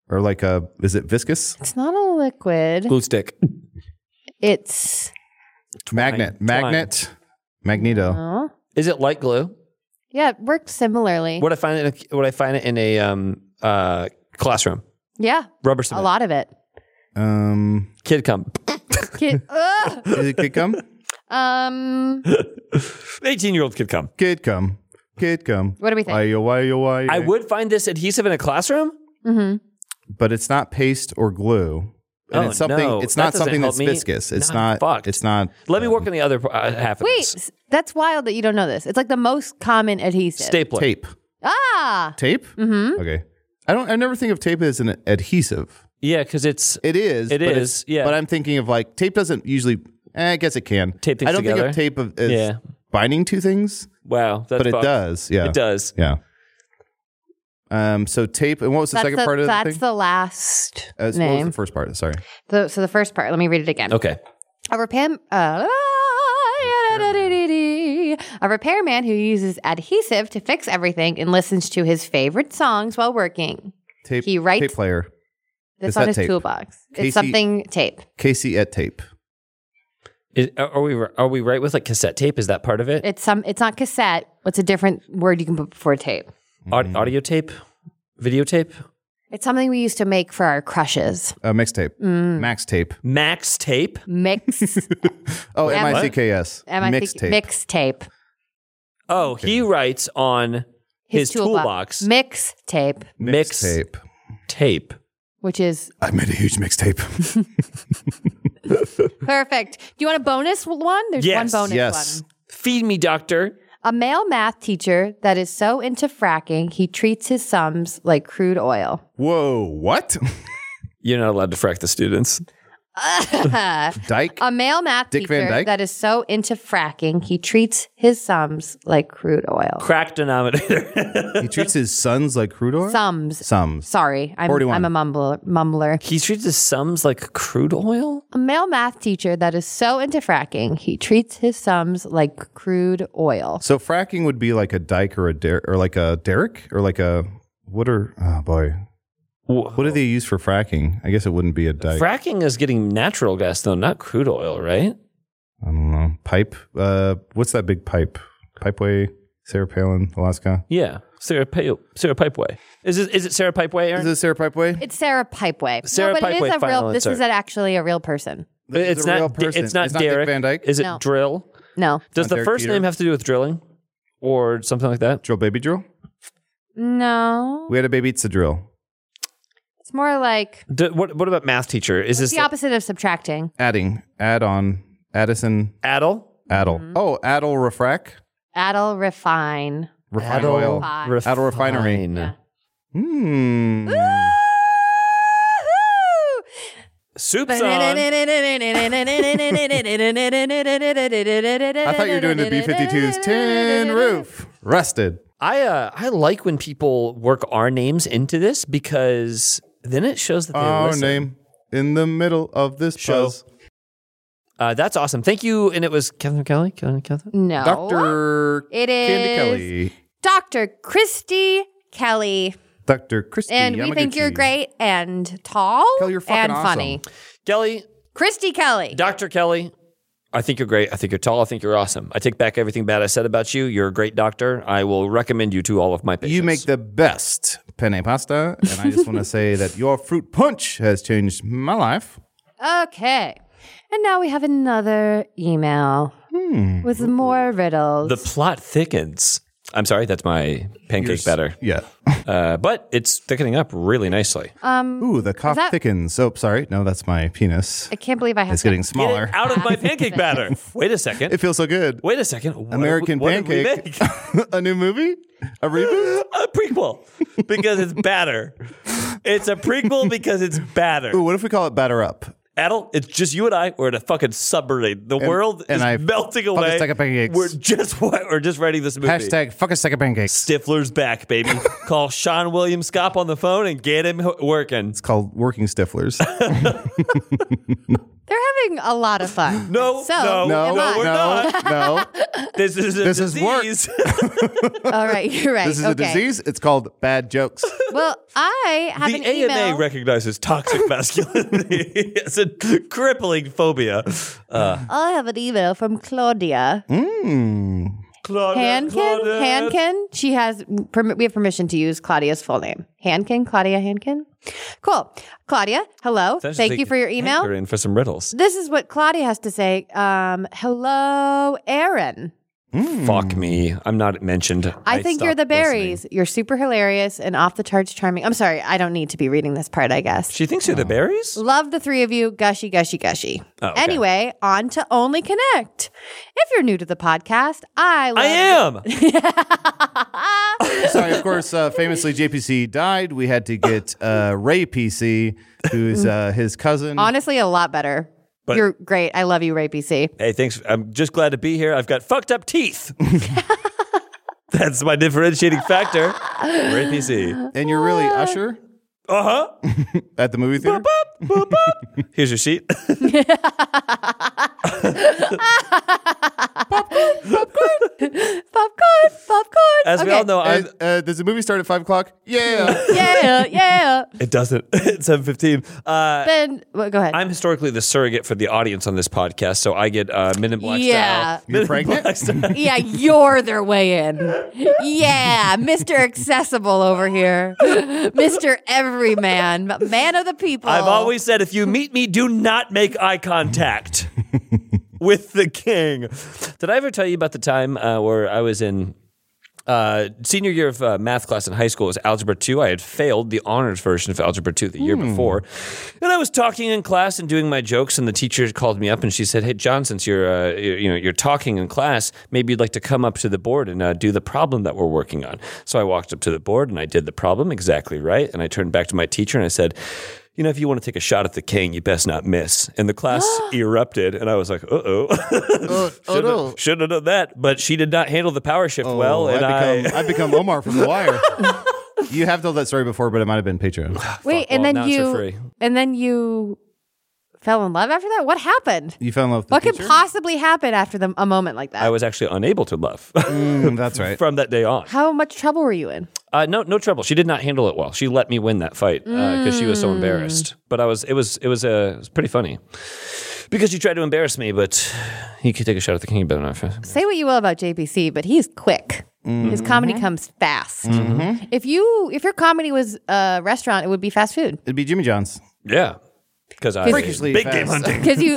G: or like a? Is it viscous?
D: it's not a liquid.
E: Glue stick.
D: It's
G: Magnet,
E: Twine.
G: magnet, magneto.
D: no.
E: Is it light glue?
D: Yeah, it worked similarly.
E: Would I find it? Would I find it in a um, uh, classroom?
D: Yeah,
E: Rubber
D: a
E: cement.
D: lot of it.
G: Um,
E: Kid come.
D: Kid, Ugh.
G: is it kid cum?
D: um,
E: 18 year old kid come.
G: Kid cum, kid cum.
D: What do we think?
G: Why, yo, why, yo, why,
E: I would find this adhesive in a classroom.
G: but it's not paste or glue. And
E: Oh,
G: it's something.
E: no.
G: It's
E: That
G: not
E: doesn't
G: something
E: help
G: that's
E: me.
G: viscous. It's
E: Nah,
G: not.
E: fucked.
G: It's um, not.
E: Let me work on the other uh, half of
D: wait,
E: this.
D: s- that's wild that you don't know this. It's like the most common adhesive.
E: Stapler.
G: Tape.
D: Ah,
G: Tape. Mm-hmm. Okay. I don't. I never think of tape as an adhesive.
E: Yeah, because it's
G: It is.
E: It
G: but it's-
E: is, yeah.
G: But I'm thinking of like tape doesn't usually. eh, I guess it can.
E: Tape things
G: I don't
E: together?
G: think of tape of, as
E: Yeah.
G: binding two things,
E: wow. That's
G: but it
E: fucked.
G: does. Yeah.
E: It does.
G: Yeah. Um. So tape. And what was the
D: that's
G: second part of the
D: that's
G: thing?
D: the last
G: As, what was
D: name.
G: the first part? Sorry.
D: The- so the first part. Let me read it again.
E: Okay.
D: A repair. Uh, a repairman who uses adhesive to fix everything and listens to his favorite songs while working.
G: Tape.
D: He writes-
G: tape player.
D: This
G: It's
D: on
G: not
D: his
G: tape.
D: toolbox.
G: Casey-
D: It's something tape.
G: Casey at tape.
E: Is, are we are we right with like cassette tape? Is that part of it?
D: It's some. It's not
G: Mm-hmm.
D: cassette. What's a different word you can put before tape?
E: Aud- audio tape, videotape,
D: It's something we used to make for our crushes.
G: Uh, mixtape.
D: Mm.
G: Max tape.
E: Max tape.
D: Mix
G: Oh,
D: Yeah.
G: M I C K S.
D: am I
G: Mixtape.
D: thinking mixtape.
E: Oh, he writes on his, toolbox,
D: Mix tape,
E: Mix-
G: Mixtape.
E: tape.
D: which is
G: I made a huge mixtape.
D: perfect. Do you want a bonus one? There's
E: Yes.
D: one bonus
G: yes.
D: one.
E: Feed me, doctor.
D: A male math teacher that is so into fracking, he treats his sums like crude oil.
G: Whoa, what?
E: You're not allowed to frack the students.
D: a
G: Dyke?
D: male math
G: Dick Van
D: teacher
G: Dyke?
D: that is so into fracking, he treats his sums like crude oil.
E: Crack denominator.
G: he treats his sons like crude oil?
D: Sums.
G: Sums.
D: Sorry, I'm,
G: 41.
D: I'm a mumbler, mumbler.
E: he treats his sums like crude oil.
D: A male math teacher that is so into fracking, he treats his sums like crude oil.
G: So fracking would be like a dyke or a der- or like a derrick or like a what are oh boy what do they use for fracking? I guess it wouldn't be a dyke.
E: Fracking is getting natural gas though, not crude oil, right?
G: I don't know pipe. Uh, what's that big pipe? Pipeway, Sarah Palin, Alaska.
E: Yeah, Sarah, pa- Sarah Pipeway. Is it is it Sarah Pipeway? Aaron?
G: Is it Sarah Pipeway?
D: It's Sarah Pipeway.
E: Sarah
D: no, but it
E: Pipeway,
D: is a real.
E: final
D: This
E: answer.
D: is actually a real person.
G: This is
E: it's,
G: a
E: not,
G: real
E: Di-
G: person.
E: it's not.
G: It's not Dick
E: Derek.
G: Van Dyke?
E: Is it
D: No.
E: drill?
D: No,
E: Does
G: Not
E: the
G: Derek
E: first
G: Jeter.
E: name have to do with drilling or something like that?
G: Drill baby drill.
D: no.
G: We had a baby. It's a drill.
D: It's more like
E: D- what What about math teacher? Is
D: it's
E: this
D: the opposite of subtracting.
G: Adding. Add on. Addison.
E: Adel?
G: Addle. Oh, Addle refrac.
D: Addle refine.
G: Refine oil.
D: Fine.
G: Adel Refinery.
E: Refine.
G: Hmm.
D: Woo-hoo!
E: Soup's um, on.
G: I
D: I
G: thought you were doing the B-52's tin roof. Rusted.
E: I uh, I like when people work our names into this because then it shows that they
G: Our
E: listen.
G: Oh, name in the middle of this
E: Show.
G: buzz.
E: Uh, that's awesome. Thank you. And it was Catherine Kelly. Catherine Kelly.
D: No.
G: Dr.
D: Oh, It
G: Candy
D: is
G: Kelly.
D: Dr. Christy Kelly.
G: Dr. Christy
D: And we think
G: Yamaguchi.
D: you're great and tall
G: Kelly, you're fucking
D: and
G: awesome.
D: funny.
E: Kelly,
D: Christy Kelly.
E: Dr. Kelly, I think you're great. I think you're tall. I think you're awesome. I take back everything bad I said about you. You're a great doctor. I will recommend you to all of my patients.
G: You make the best penne pasta. And I just want to say that your fruit punch has changed my life.
D: okay. And now we have another email
G: Hmm.
D: with more riddles.
E: the plot thickens. I'm sorry, that's my pancake batter.
G: Yeah.
E: Uh, but it's thickening up really nicely.
G: Ooh, the cough
D: Mm. that-
G: thickens. Oh, sorry. No, that's my penis.
D: I can't believe I have
G: It's
D: to-
G: getting
E: Get it
G: smaller.
E: out of my pancake batter. Oh. Wait a second.
G: It feels so good.
E: Wait a second. What
G: American
E: did we- what did we
G: Pancake. a new movie? A reboot?
E: make? a prequel because it's batter. It's a prequel because it's batter.
G: Ooh, what if we call it Batter Up?
E: Adel, it's just you and I. We're in a fucking submarine. The world
G: and
E: is
G: I
E: melting
G: fuck a
E: away.
G: stack of pancakes.
E: We're just we're just writing this movie.
G: Hashtag fuck a stack of pancakes.
E: Stifler's back, baby. Call Sean William Scott on the phone and get him h- working.
G: Called Working Stiflers.
D: They're having a lot of fun.
E: No,
D: So,
E: no,
D: am
G: no,
D: I.
E: we're
G: no, no.
E: This is a
G: This is work.
E: disease.
D: All right, you're right.
G: This is
D: okay.
G: a disease. It's called bad jokes.
D: Well, I have an
E: the AMA
D: email.
E: recognizes toxic masculinity as a crippling phobia. Uh,
D: I have an email from Claudia
G: Mm.
E: Claudette,
D: Hankin.
E: Claudette.
D: Hankin. She has. perm- We have permission to use Claudia's full name. Hankin. Claudia Hankin. Cool. Claudia. Hello.
E: Sounds
D: Thank
E: like
D: you for your email.
E: Anchor in for some riddles.
D: This is what Claudia has to say. Um, hello, Aaron.
E: Fuck me. I'm not mentioned.
D: Hmm. I, think you're
E: stopped
D: the
E: listening.
D: berries. You're super hilarious and off the charts charming. I'm sorry, I don't need to be reading this part, I guess.
E: She thinks you're
G: Hmm.
E: the berries?
D: Love the three of you. Gushy, gushy, gushy.
E: Oh, okay.
D: Anyway, on to Only Connect. If you're new to the podcast, I love
E: I am.
G: Sorry, of course, uh, famously JPC died. We had to get uh, Ray PC, who's uh, his cousin.
D: honestly a lot better. you're great. I love you, Ray PC.
E: Hey, thanks. I'm just glad to be here. I've got fucked up teeth. That's my differentiating factor. We're APC.
G: and you're really Usher
E: Uh huh.
G: at the movie theater?
E: Here's your sheet.
D: Popcorn, popcorn.
E: as we
D: Okay.
E: all know, I'm,
G: And, uh, does the movie start at five o'clock? Yeah.
D: yeah, yeah.
E: it doesn't. it's seven fifteen. Uh,
D: Ben, well, go ahead.
E: I'm historically the surrogate for the audience on this podcast, so I get uh, Men in Black
D: Yeah.
E: style.
G: You're
E: Men in
G: pregnant?
E: Black style.
D: yeah, you're their way in. Yeah, Mr. Accessible over here, Mr. Everyman, man of the people.
E: I've always said, if you meet me, do not make eye contact with the king. Did I ever tell you about the time uh, where I was in uh, senior year of uh, math class in high school was algebra 2 i had failed the honors version of algebra 2 the year
G: Hmm.
E: before and i was talking in class and doing my jokes and the teacher called me up and she said hey john since you're uh, you you know you're talking in class maybe you'd like to come up to the board and uh, do the problem that we're working on so i walked up to the board and i did the problem exactly right and i turned back to my teacher and i said you know, if you want to take a shot at the king, you best not miss. And the class erupted, and I was like, "Uh oh,
G: oh, oh no.
E: shouldn't have done that." But she did not handle the power shift well,
G: Oh,
E: and
G: I
E: I,
G: become, I become Omar from The Wire. you have told that story before, but it might have been Patreon.
D: wait,
E: well,
D: and
E: now
D: then
E: it's for
D: you,
E: free.
D: and then you fell in love after that. What happened?
G: You fell in love with the
D: What could
G: teacher?
D: possibly happen after the, a moment like that?
E: I was actually unable to love
G: Mm, that's right.
E: from that day on.
D: How much trouble were you in?
E: Uh, no, no trouble. She did not handle it well. She let me win that fight because she was so
G: Mm.
E: embarrassed. But I was, it was, it was, uh, it was pretty funny because she tried to embarrass me. But you could take a shot at the king, but not.
D: Say what you will about JPC, but he's quick.
E: Mm-hmm.
D: His comedy comes fast. If you if your comedy was a restaurant, it would be fast food.
G: It'd be Jimmy John's.
E: Yeah, because I
G: Freakishly
E: big
G: fast.
E: game hunting.
D: because you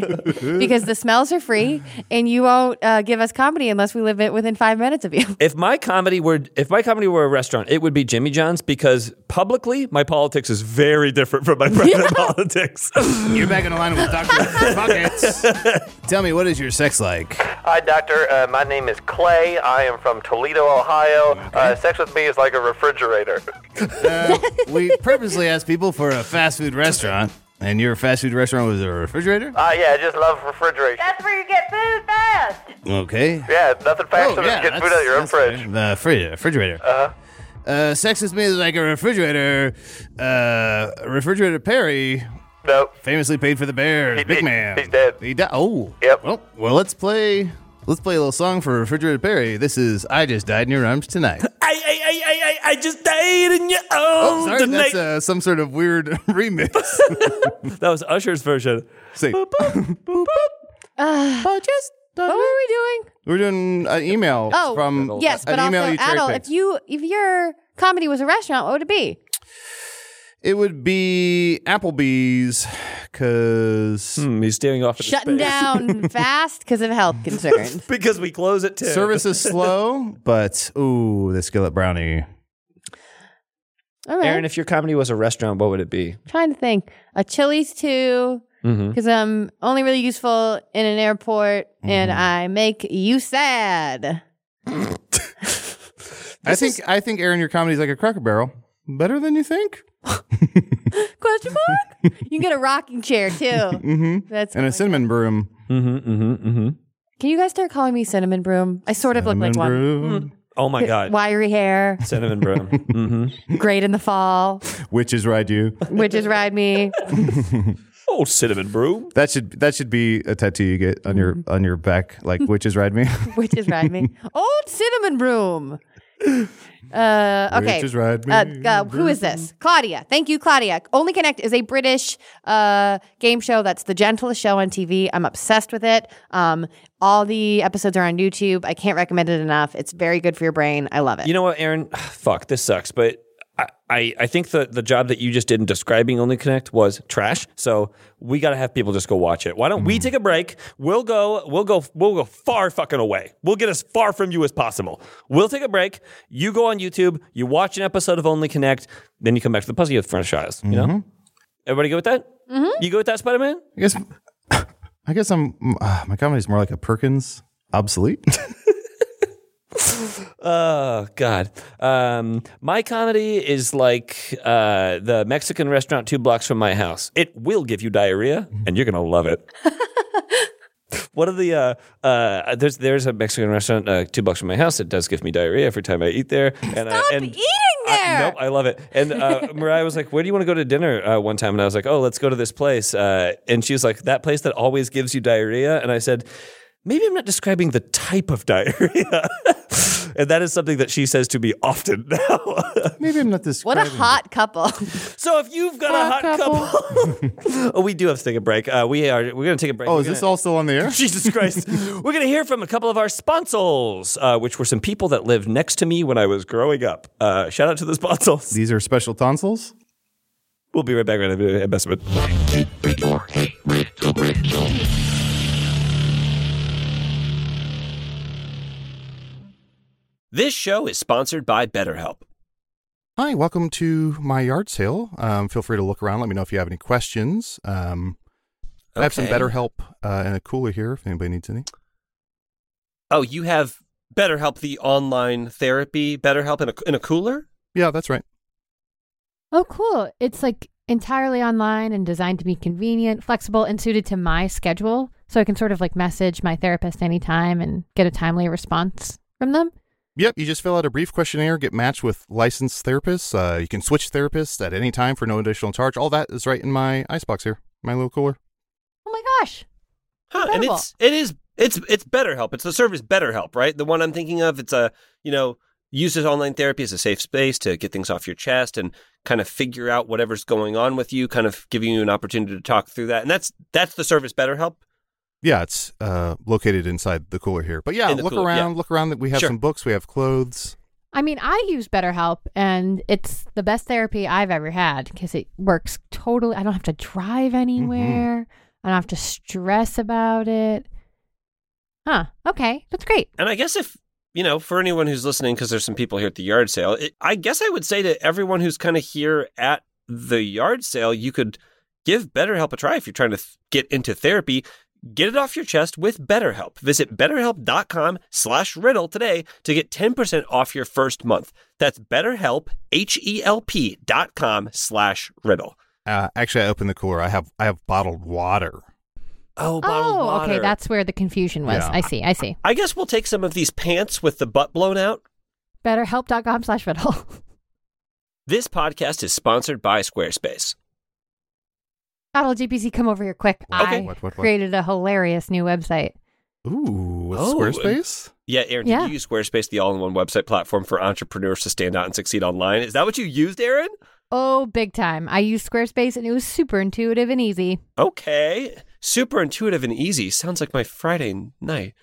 D: because the smells are free and you won't uh, give us comedy unless we live it within five minutes of you
E: If my comedy were if my comedy were a restaurant, it would be Jimmy John's because publicly my politics is very different from my private politics.
G: You're back in the line with Dr. Buckets. Tell me, what is your sex like?
H: Hi, doctor. Uh, my name is Clay. I am from Toledo, Ohio. Uh, sex with me is like a refrigerator.
G: We purposely asked people for a fast food restaurant, and your fast food restaurant was a refrigerator?
H: Ah, yeah, I just love refrigeration.
A: That's where you get food fast.
G: Okay.
H: Yeah, nothing faster than getting food out of your own
G: Oh, that's fair.
H: fridge.
G: The fridge, refrigerator. Uh-huh. Uh, sex with me is like a refrigerator. Uh, refrigerator Perry
H: Nope.
G: famously paid for the Bears.
H: He-
G: Big
H: he-
G: man.
H: he's dead.
G: He died. Oh.
H: Yep.
G: Well, well, let's play. Let's play a little song for Refrigerator Perry. This is "I Just Died in Your Arms Tonight."
E: I, I, I, I, I- I just died in your arms
G: Oh, sorry,
E: tonight.
G: that's uh, some sort of weird remix.
E: that was Usher's version.
G: See, Oh, just
D: what were we doing
G: we're doing an email
D: oh
G: from
D: yes
G: an
D: but also
G: email you cherry
D: adult
G: picked.
D: if you if your comedy was a restaurant what would it be
G: It would be Applebee's because
E: Hmm, he's staring off at
D: shutting down fast because of health concerns
E: because we close at ten.
G: service is slow, but ooh, the skillet brownie.
D: all right
E: Aaron, if your comedy was a restaurant, what would it be?
D: trying to think a chili's too
E: Mm-hmm.
D: because i'm only really useful in an airport and
G: Mm-hmm.
D: i make you sad
G: I think I think Aaron, your comedy's like a Cracker Barrel, better than you think,
D: question mark you can get a rocking chair too mm-hmm. that's
G: and a cinnamon broom.
E: Mm-hmm. Mm-hmm. Mm-hmm.
D: Can you guys start calling me Cinnamon Broom? I sort of look like
G: Cinnamon
D: one.
G: broom,
E: Oh my God.
D: Wiry hair,
E: Cinnamon broom. mm-hmm.
D: great in the fall,
G: witches ride you.
D: witches ride me.
E: Oh, cinnamon broom.
G: That should that should be a tattoo you get on your
D: Mm-hmm.
G: on your back, like witches ride me.
D: Witches ride me. Old Cinnamon Broom. Uh, okay.
G: Witches ride me.
D: Uh, uh, who is this? Claudia. Thank you, Claudia. Only Connect is a British uh, game show that's the gentlest show on TV. I'm obsessed with it. Um, all the episodes are on YouTube. I can't recommend it enough. It's very good for your brain. I love it.
E: You know what, Aaron? Fuck, this sucks. But I, I, I think the, the job that you just did in describing Only Connect was trash. So we got to have people just go watch it. Why don't we take a break? We'll go, we'll go, we'll go far fucking away. We'll get as far from you as possible. We'll take a break. You go on YouTube. You watch an episode of Only Connect. Then you come back to the puzzle franchise. You know, everybody go with that. You go with that, Spider Man.
G: I guess I guess I'm uh, my comedy's more like a Perkins obsolete.
E: Oh God! Um, my comedy is like uh, the Mexican restaurant two blocks from my house. It will give you diarrhea, and you're gonna love it. One of the uh, uh, there's there's a Mexican restaurant uh, two blocks from my house that does give me diarrhea every time I eat there. And I,
D: Stop
E: and
D: eating
E: I-
D: there.
E: nope, I love it. And uh, Mariah was like, "Where do you want to go to dinner?" Uh, one time, and I was like, "Oh, let's go to this place." Uh, and she was like, "That place that always gives you diarrhea." And I said, "Maybe I'm not describing the type of diarrhea." And that is something that she says to me often now.
G: Maybe I'm not this.
D: What a hot couple.
E: so if you've got a hot couple, oh, we do have to take a break. Uh, we are we're going to take a break.
G: Oh,
E: We're
G: is this
E: gonna-
G: all still on the air?
E: Jesus Christ. We're going to hear from a couple of our sponsors, uh, which were some people that lived next to me when I was growing up. Uh, shout out to the sponsors.
G: These are special tonsils.
E: We'll be right back right after investment.
C: This show is sponsored by BetterHelp.
G: Hi, welcome to my yard sale. Um, feel free to look around. Let me know if you have any questions. Um, I have some
C: Okay.
G: BetterHelp uh, and a cooler here if anybody needs any.
C: Oh, you have BetterHelp, the online therapy BetterHelp in a, in a cooler?
G: Yeah, that's right.
F: Oh, cool. It's like entirely online and designed to be convenient, flexible, and suited to my schedule. So I can sort of like message my therapist anytime and get a timely response from them.
G: Yep, you just fill out a brief questionnaire, get matched with licensed therapists. Uh, you can switch therapists at any time for no additional charge. All that is right in my icebox here, my little cooler.
F: Oh my gosh.
C: Huh, and
F: Incredible.
C: it's it is it's it's BetterHelp. It's the service BetterHelp, right? The one I'm thinking of. It's a you know uses online therapy as a safe space to get things off your chest and kind of figure out whatever's going on with you, kind of giving you an opportunity to talk through that. And that's that's the service BetterHelp.
G: Yeah, it's uh, located inside the cooler here. But yeah,
C: In the
G: look
C: cooler, yeah.
G: around, look around. That we have
C: Sure.
G: some books, we have clothes.
F: I mean, I use BetterHelp and it's the best therapy I've ever had because it works totally. I don't have to drive
G: Mm-hmm.
F: anywhere. I don't have to stress about it. Huh. Okay. That's great.
C: And I guess if you know, for anyone who's listening, because there's some people here at the yard sale, it, I guess I would say to everyone who's kind of here at the yard sale, you could give BetterHelp a try if you're trying to th- get into therapy. Get it off your chest with BetterHelp. Visit betterhelp.com slash riddle today to get 10% off your first month. That's betterhelp, H-E-L-P dot com slash riddle.
G: Uh, actually, I opened the cooler. I have I have bottled water.
C: Oh, bottled
F: oh,
C: water.
F: okay. That's where the confusion was.
G: Yeah.
F: I see. I see.
C: I guess we'll take some of these pants with the butt blown out.
F: BetterHelp.com slash riddle.
C: This podcast is sponsored by Squarespace.
F: Battle GPC, come over here quick.
G: What,
F: I
G: what, what, what?
F: created a hilarious new website.
G: Ooh, with
C: Oh,
G: Squarespace.
C: Yeah, Aaron,
F: Yeah.
C: did you use Squarespace, the all-in-one website platform for entrepreneurs to stand out and succeed online? Is that what you used, Aaron?
F: Oh, big time. I used Squarespace and it was super intuitive and easy.
C: Okay. Super intuitive and easy. Sounds like my Friday night.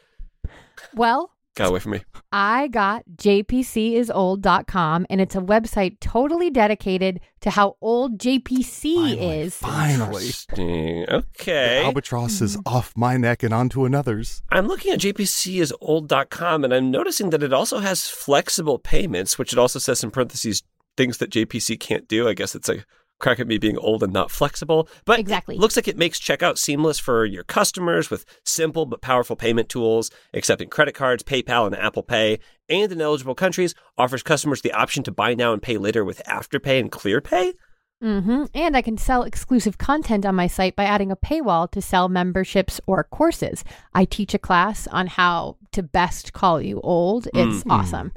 F: Well,
C: Got away from me.
F: I got jpcisold.com and it's a website totally dedicated to how old JPC is.
G: Finally,
C: Interesting.
G: The
C: Okay.
G: albatross is off my neck and onto another's.
C: I'm looking at jpcisold.com and I'm noticing that it also has flexible payments, which it also says in parentheses things that JPC can't do. I guess it's a crack at me being old and not flexible. But
F: Exactly.
C: it looks like it makes checkout seamless for your customers with simple but powerful payment tools, accepting credit cards, PayPal, and Apple Pay, and in eligible countries, offers customers the option to buy now and pay later with Afterpay and ClearPay.
F: hmm And I can sell exclusive content on my site by adding a paywall to sell memberships or courses. I teach a class on how to best call you old. It's awesome.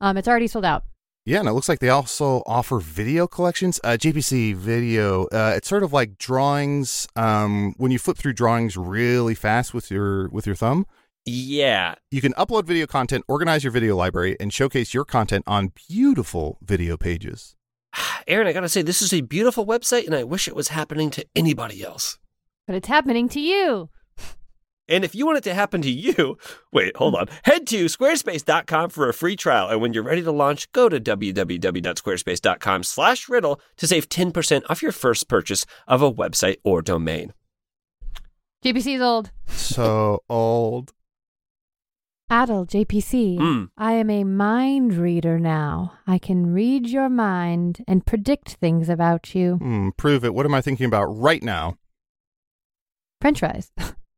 F: Um, it's already sold out.
G: Yeah, and it looks like they also offer video collections. Uh, JPC video, uh, it's sort of like drawings. Um, when you flip through drawings really fast with your with your thumb,
C: Yeah.
G: you can upload video content, organize your video library, and showcase your content on beautiful video pages.
C: Aaron, I gotta say, this is a beautiful website, and I wish it was happening to anybody else.
F: But it's happening to you.
C: And if you want it to happen to you, wait, hold on. Head to squarespace.com for a free trial. And when you're ready to launch, go to www.squarespace.com slash riddle to save 10% off your first purchase of a website or domain.
F: JPC is old.
G: So old.
F: Adel JPC,
C: Mm.
F: I am a mind reader now. I can read your mind and predict things about you.
G: Hmm, prove it. What am I thinking about right now?
F: French fries.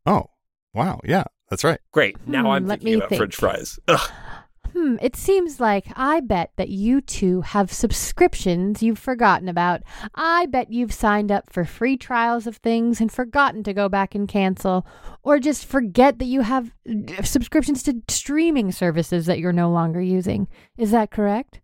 G: Oh, wow. Yeah, that's right.
C: Great. Now
F: Hmm,
C: I'm
F: let
C: thinking
F: me
C: about
F: think.
C: french fries. Ugh.
F: Hmm, it seems like I bet that you two have subscriptions you've forgotten about. I bet you've signed up for free trials of things and forgotten to go back and cancel, or just forget that you have uh, subscriptions to streaming services that you're no longer using. Is that correct?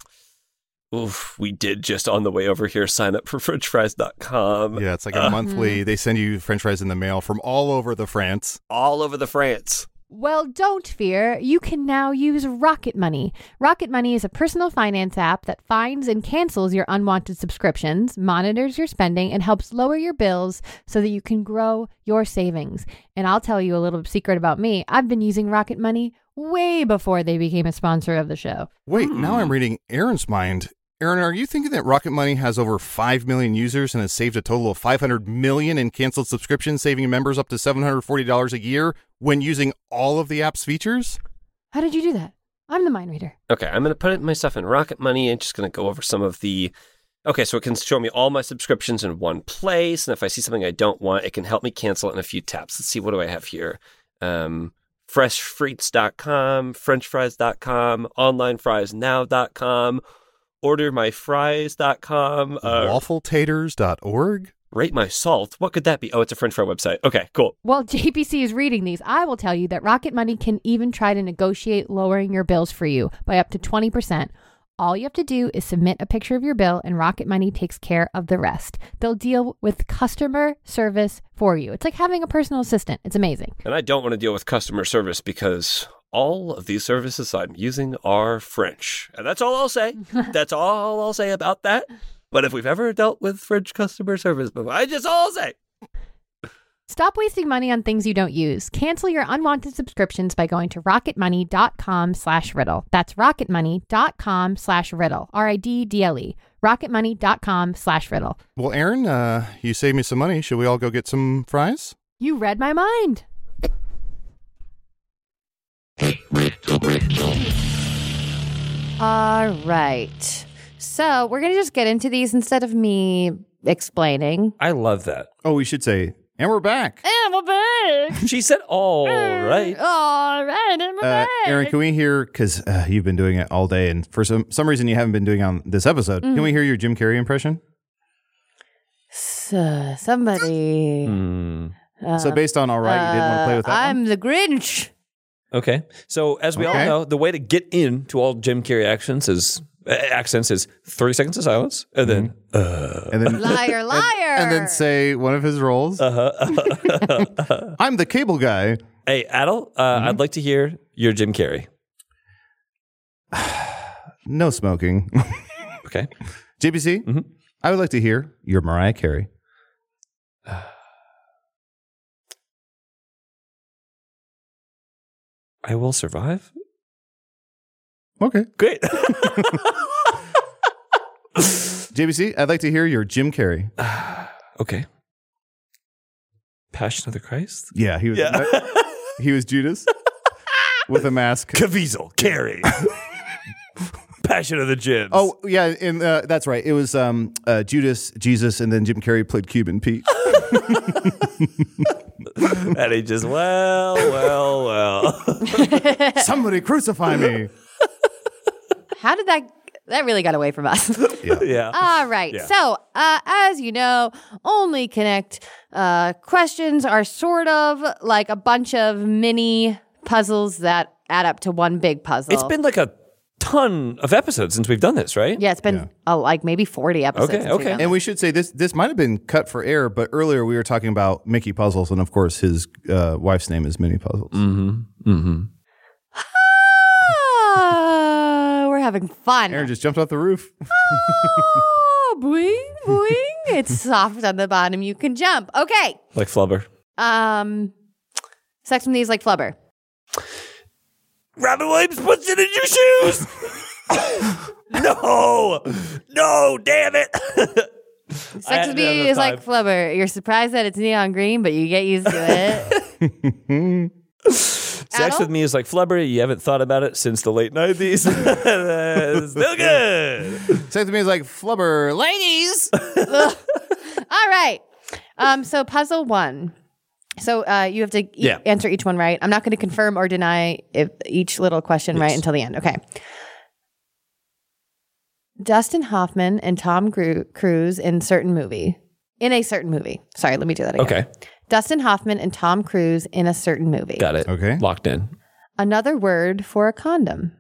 C: Oof, we did just on the way over here sign up for frenchfries.com
G: Yeah, it's like a monthly. They send you French fries in the mail from all over the France.
C: all over the France.
F: Well, don't fear. You can now use Rocket Money. Rocket Money is a personal finance app that finds and cancels your unwanted subscriptions, monitors your spending, and helps lower your bills so that you can grow your savings. And I'll tell you a little secret about me. I've been using Rocket Money way before they became a sponsor of the show.
G: Wait, now I'm reading Aaron's mind. Aaron, are you thinking that Rocket Money has over 5 million users and has saved a total of 500 million in canceled subscriptions, saving members up to $740 a year when using all of the app's features?
F: How did you do that? I'm the mind reader.
C: Okay, I'm going to put it- my stuff in Rocket Money and just going to go over some of the. Okay, so it can show me all my subscriptions in one place, and if I see something I don't want, it can help me cancel it in a few taps. Let's see, what do I have here? Um, freshfreets.com, frenchfries.com, onlinefriesnow.com, ordermyfries.com, uh,
G: WaffleTaters.org?
C: rate my salt. What could that be? Oh, it's a French fry website. Okay, cool.
F: While JPC is reading these, I will tell you that Rocket Money can even try to negotiate lowering your bills for you by up to 20%. All you have to do is submit a picture of your bill, and Rocket Money takes care of the rest. They'll deal with customer service for you. It's like having a personal assistant, it's amazing.
C: And I don't want to deal with customer service because all of these services I'm using are French. And that's all I'll say. that's all I'll say about that. But if we've ever dealt with French customer service before, I just all I'll say.
F: Stop wasting money on things you don't use. Cancel your unwanted subscriptions by going to rocketmoney.com slash riddle. That's rocketmoney.com slash riddle. R-I-D-D-L-E. E. Rocketmoney.com slash riddle.
G: Well, Aaron, uh, you saved me some money. Should we all go get some fries?
F: You read my mind.
D: All right. So we're going to just get into these instead of me explaining.
E: I love that.
G: Oh, we should say, and we're back.
D: I'm a bird.
E: She said, all right.
D: All right, I'm a
G: Uh,
D: bird.
G: Aaron, can we hear? Because uh, you've been doing it all day, and for some some reason you haven't been doing it on this episode. Can
D: Mm-hmm.
G: we hear your Jim Carrey impression?
D: So, somebody.
E: Hmm.
G: so based on all Mm. right, you didn't want to play with
D: Uh,
G: that.
D: I'm
G: one?
D: the Grinch.
E: Okay. So as we
G: Okay.
E: all know, the way to get into all Jim Carrey actions is uh, accents is 30 seconds of silence and then uh
G: and then
D: Liar, liar.
G: and then say one of his roles. I'm the cable guy.
E: hey Adel, uh, I'd like to hear your Jim Carrey.
G: No smoking.
E: Okay.
G: JBC,
E: Mhm.
G: I would like to hear your Mariah Carey.
E: I will survive.
G: Okay.
E: Great.
G: JBC, I'd like to hear your Jim Carrey.
E: okay. Passion of the Christ?
G: Yeah, he was he was Judas with a mask.
E: Caviezel, Carrey. Passion of the Jim.
G: Oh yeah, and uh, that's right. It was um, uh, Judas, Jesus, and then Jim Carrey played Cuban Pete.
E: and he just well, well, well.
G: Somebody crucify me.
D: How did that? That really got away from us.
E: yeah.
D: All right. So, uh, as you know, only connect uh, questions are sort of like a bunch of mini puzzles that add up to one big puzzle.
E: It's been like a ton of episodes since we've done this, right?
D: yeah, it's been uh, like maybe forty episodes.
E: Okay,
D: since we've
E: okay.
D: done
G: And we should say this this might have been cut for air, but earlier we were talking about Mickey Puzzles, and of course his uh, wife's name is Minnie Puzzles.
D: Ah, we're having fun.
G: Aaron just jumped off the roof.
D: oh, boing, boing. it's soft on the bottom. You can jump. Okay.
E: Like Flubber.
D: Um, sex from these like flubber.
E: Robin Williams puts it in your shoes. no, no, damn it.
D: Sex with me is like flubber. You're surprised that it's neon green, but you get used to it.
E: Sex with me is like flubber. You haven't thought about it since the late nineties. Still good.
G: Sex to me is like flubber, ladies.
D: All right. Um, so puzzle one. So uh, you have to e-
E: Yeah.
D: answer each one right. I'm not going to confirm or deny if each little question right until the end. Okay. Dustin Hoffman and Tom Gru- Cruise in certain movie. In a certain movie. Sorry, let me do that again.
E: Okay,
D: Dustin Hoffman and Tom Cruise in a certain movie.
E: got it.
G: Okay.
E: locked in.
D: Another word for a condom.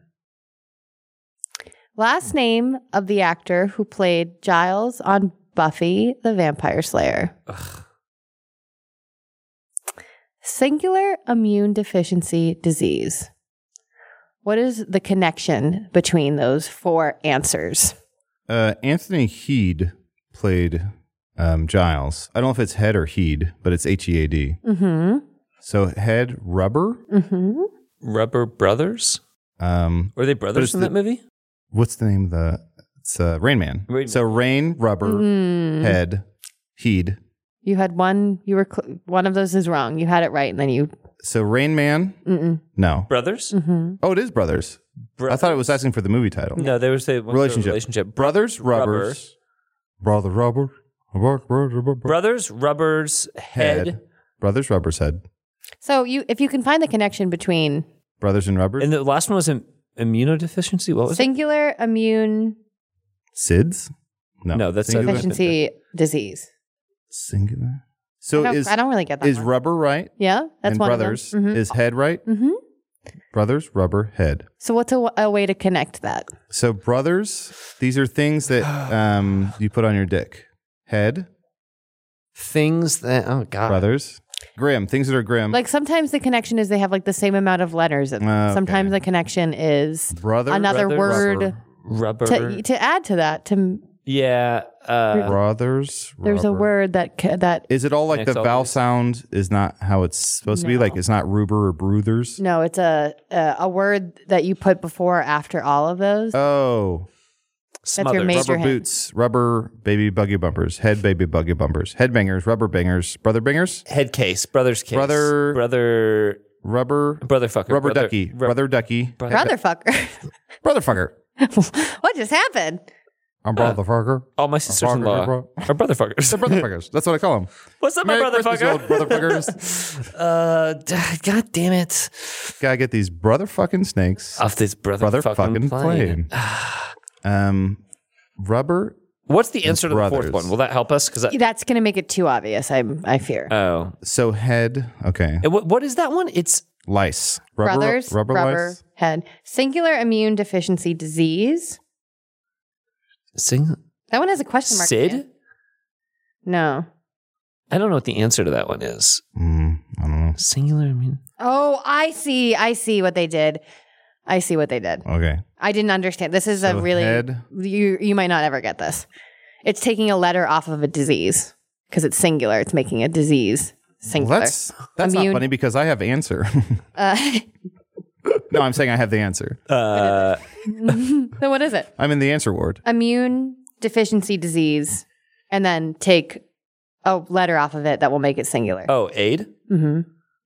D: Last name of the actor who played Giles on Buffy the Vampire Slayer. singular immune deficiency disease. What is the connection between those four answers?
G: Uh, Anthony Heed played um, Giles. I don't know if it's Head or Heed, but it's H E A D.
D: Mm-hmm.
G: So Head Rubber.
D: Mm-hmm.
E: Rubber Brothers?
G: Um,
E: Were they
G: But
E: brothers
G: it's
E: in
G: the-
E: that movie?
G: what's the name of the? It's uh, Rain Man.
E: Rain
G: so Rain Rubber
D: Mm.
G: Head Heed.
D: You had one. You were cl- one of those is wrong. You had it right, and then you.
G: So Rain Man.
D: Mm-mm,
G: No.
E: Brothers?
D: mm-hmm.
G: Oh, it is brothers. I thought it was asking for the movie title.
E: No, there was a
G: Relationship.
E: relationship.
G: Brothers rubbers. Brother rubber. Rubber, rubber, rubber,
E: Brothers, rubbers, head,
G: Head. Brothers rubbers head.
D: So you, if you can find the connection between
G: Brothers and rubbers.
E: and the last one was Im- immunodeficiency. What was it?
D: singular immune
G: SIDS. No.
E: No, that's
G: singular.
E: not-
D: deficiency disease.
G: singular.
D: I
G: So
D: don't,
G: is
D: I don't really get that.
G: is
D: one.
G: rubber right?
D: yeah, that's
G: and
D: one
G: brothers
D: of them. Mhm.
G: is head right?
D: Mhm.
G: Brothers rubber head.
D: So what's a, a way to connect that?
G: So brothers, these are things that um, you put on your dick. Head,
E: Things that oh god.
G: brothers, grim. Things that are grim.
D: Like sometimes the connection is they have like the same amount of letters.
G: Ah, Okay.
D: Sometimes the connection is
G: brother,
D: another
E: brother,
D: word
G: rubber.
E: Rubber.
D: to to add to that. To
E: yeah. Uh,
G: brothers.
D: there's a
G: rubber.
D: word that ca- that
G: Is it all like
E: Next
G: the vowel
E: always.
G: sound is not how it's supposed to be?
D: No.
G: Like it's not Ruber or Bruthers?
D: no, it's a, a a word that you put before or after all of those.
G: Oh,
D: that's your
E: smothers.
D: major
G: rubber
D: hint.
G: boots, rubber baby buggy bumpers, head baby buggy bumpers, head bangers, rubber bangers, brother bangers,
E: Head case. Brothers case.
G: Brother-
E: Brother.
G: rubber,
E: Brother fucker.
G: rubber
E: brother,
G: ducky,
E: rub-
G: brother ducky,
D: Brotherfucker,
G: brother fucker.
D: what just happened?
G: I'm
E: Uh.
G: brother fucker.
E: All Oh, my sisters in law
G: Brother-
E: are brother fuckers.
G: They're brother fuckers. That's what I call them.
E: What's up, my
G: Merry
E: brother
G: Christmas, you old
E: fucker?
G: brother fuckers.
E: uh, d- god damn it!
G: Gotta get these brother fucking snakes
E: Off this brother,
G: brother
E: fucking
G: fucking
E: plane.
G: plane. Um, rubber.
E: What's the answer to the
G: Brothers.
E: fourth one? Will that help us? Because
D: That's gonna make it too obvious. I I fear.
G: Uh,
E: oh,
G: So head. Okay.
E: and what, what is that one? It's
G: Lice. Rubber,
D: Brothers,
G: Rubber,
D: rubber,
G: lice.
D: head, singular immune deficiency disease.
E: sing
D: That one has a question mark. at the
E: Sid.
D: end. No.
E: I don't know what the answer to that one is.
G: Mm, I don't know.
E: Singular. I mean,
D: Oh, I see. I see what they did. I see what they did.
G: Okay.
D: I didn't understand. This is
G: So
D: a really
G: head.
D: you you might not ever get this. It's taking a letter off of a disease because it's singular. It's making a disease singular.
G: Well, that's that's
D: Immune-
G: not funny because I have answer.
D: uh,
G: no, I'm saying I have the answer.
E: uh,
D: then what is it?
G: I'm in the answer ward.
D: Immune deficiency disease, and then take a letter off of it that will make it singular.
E: oh, aid,
D: hmm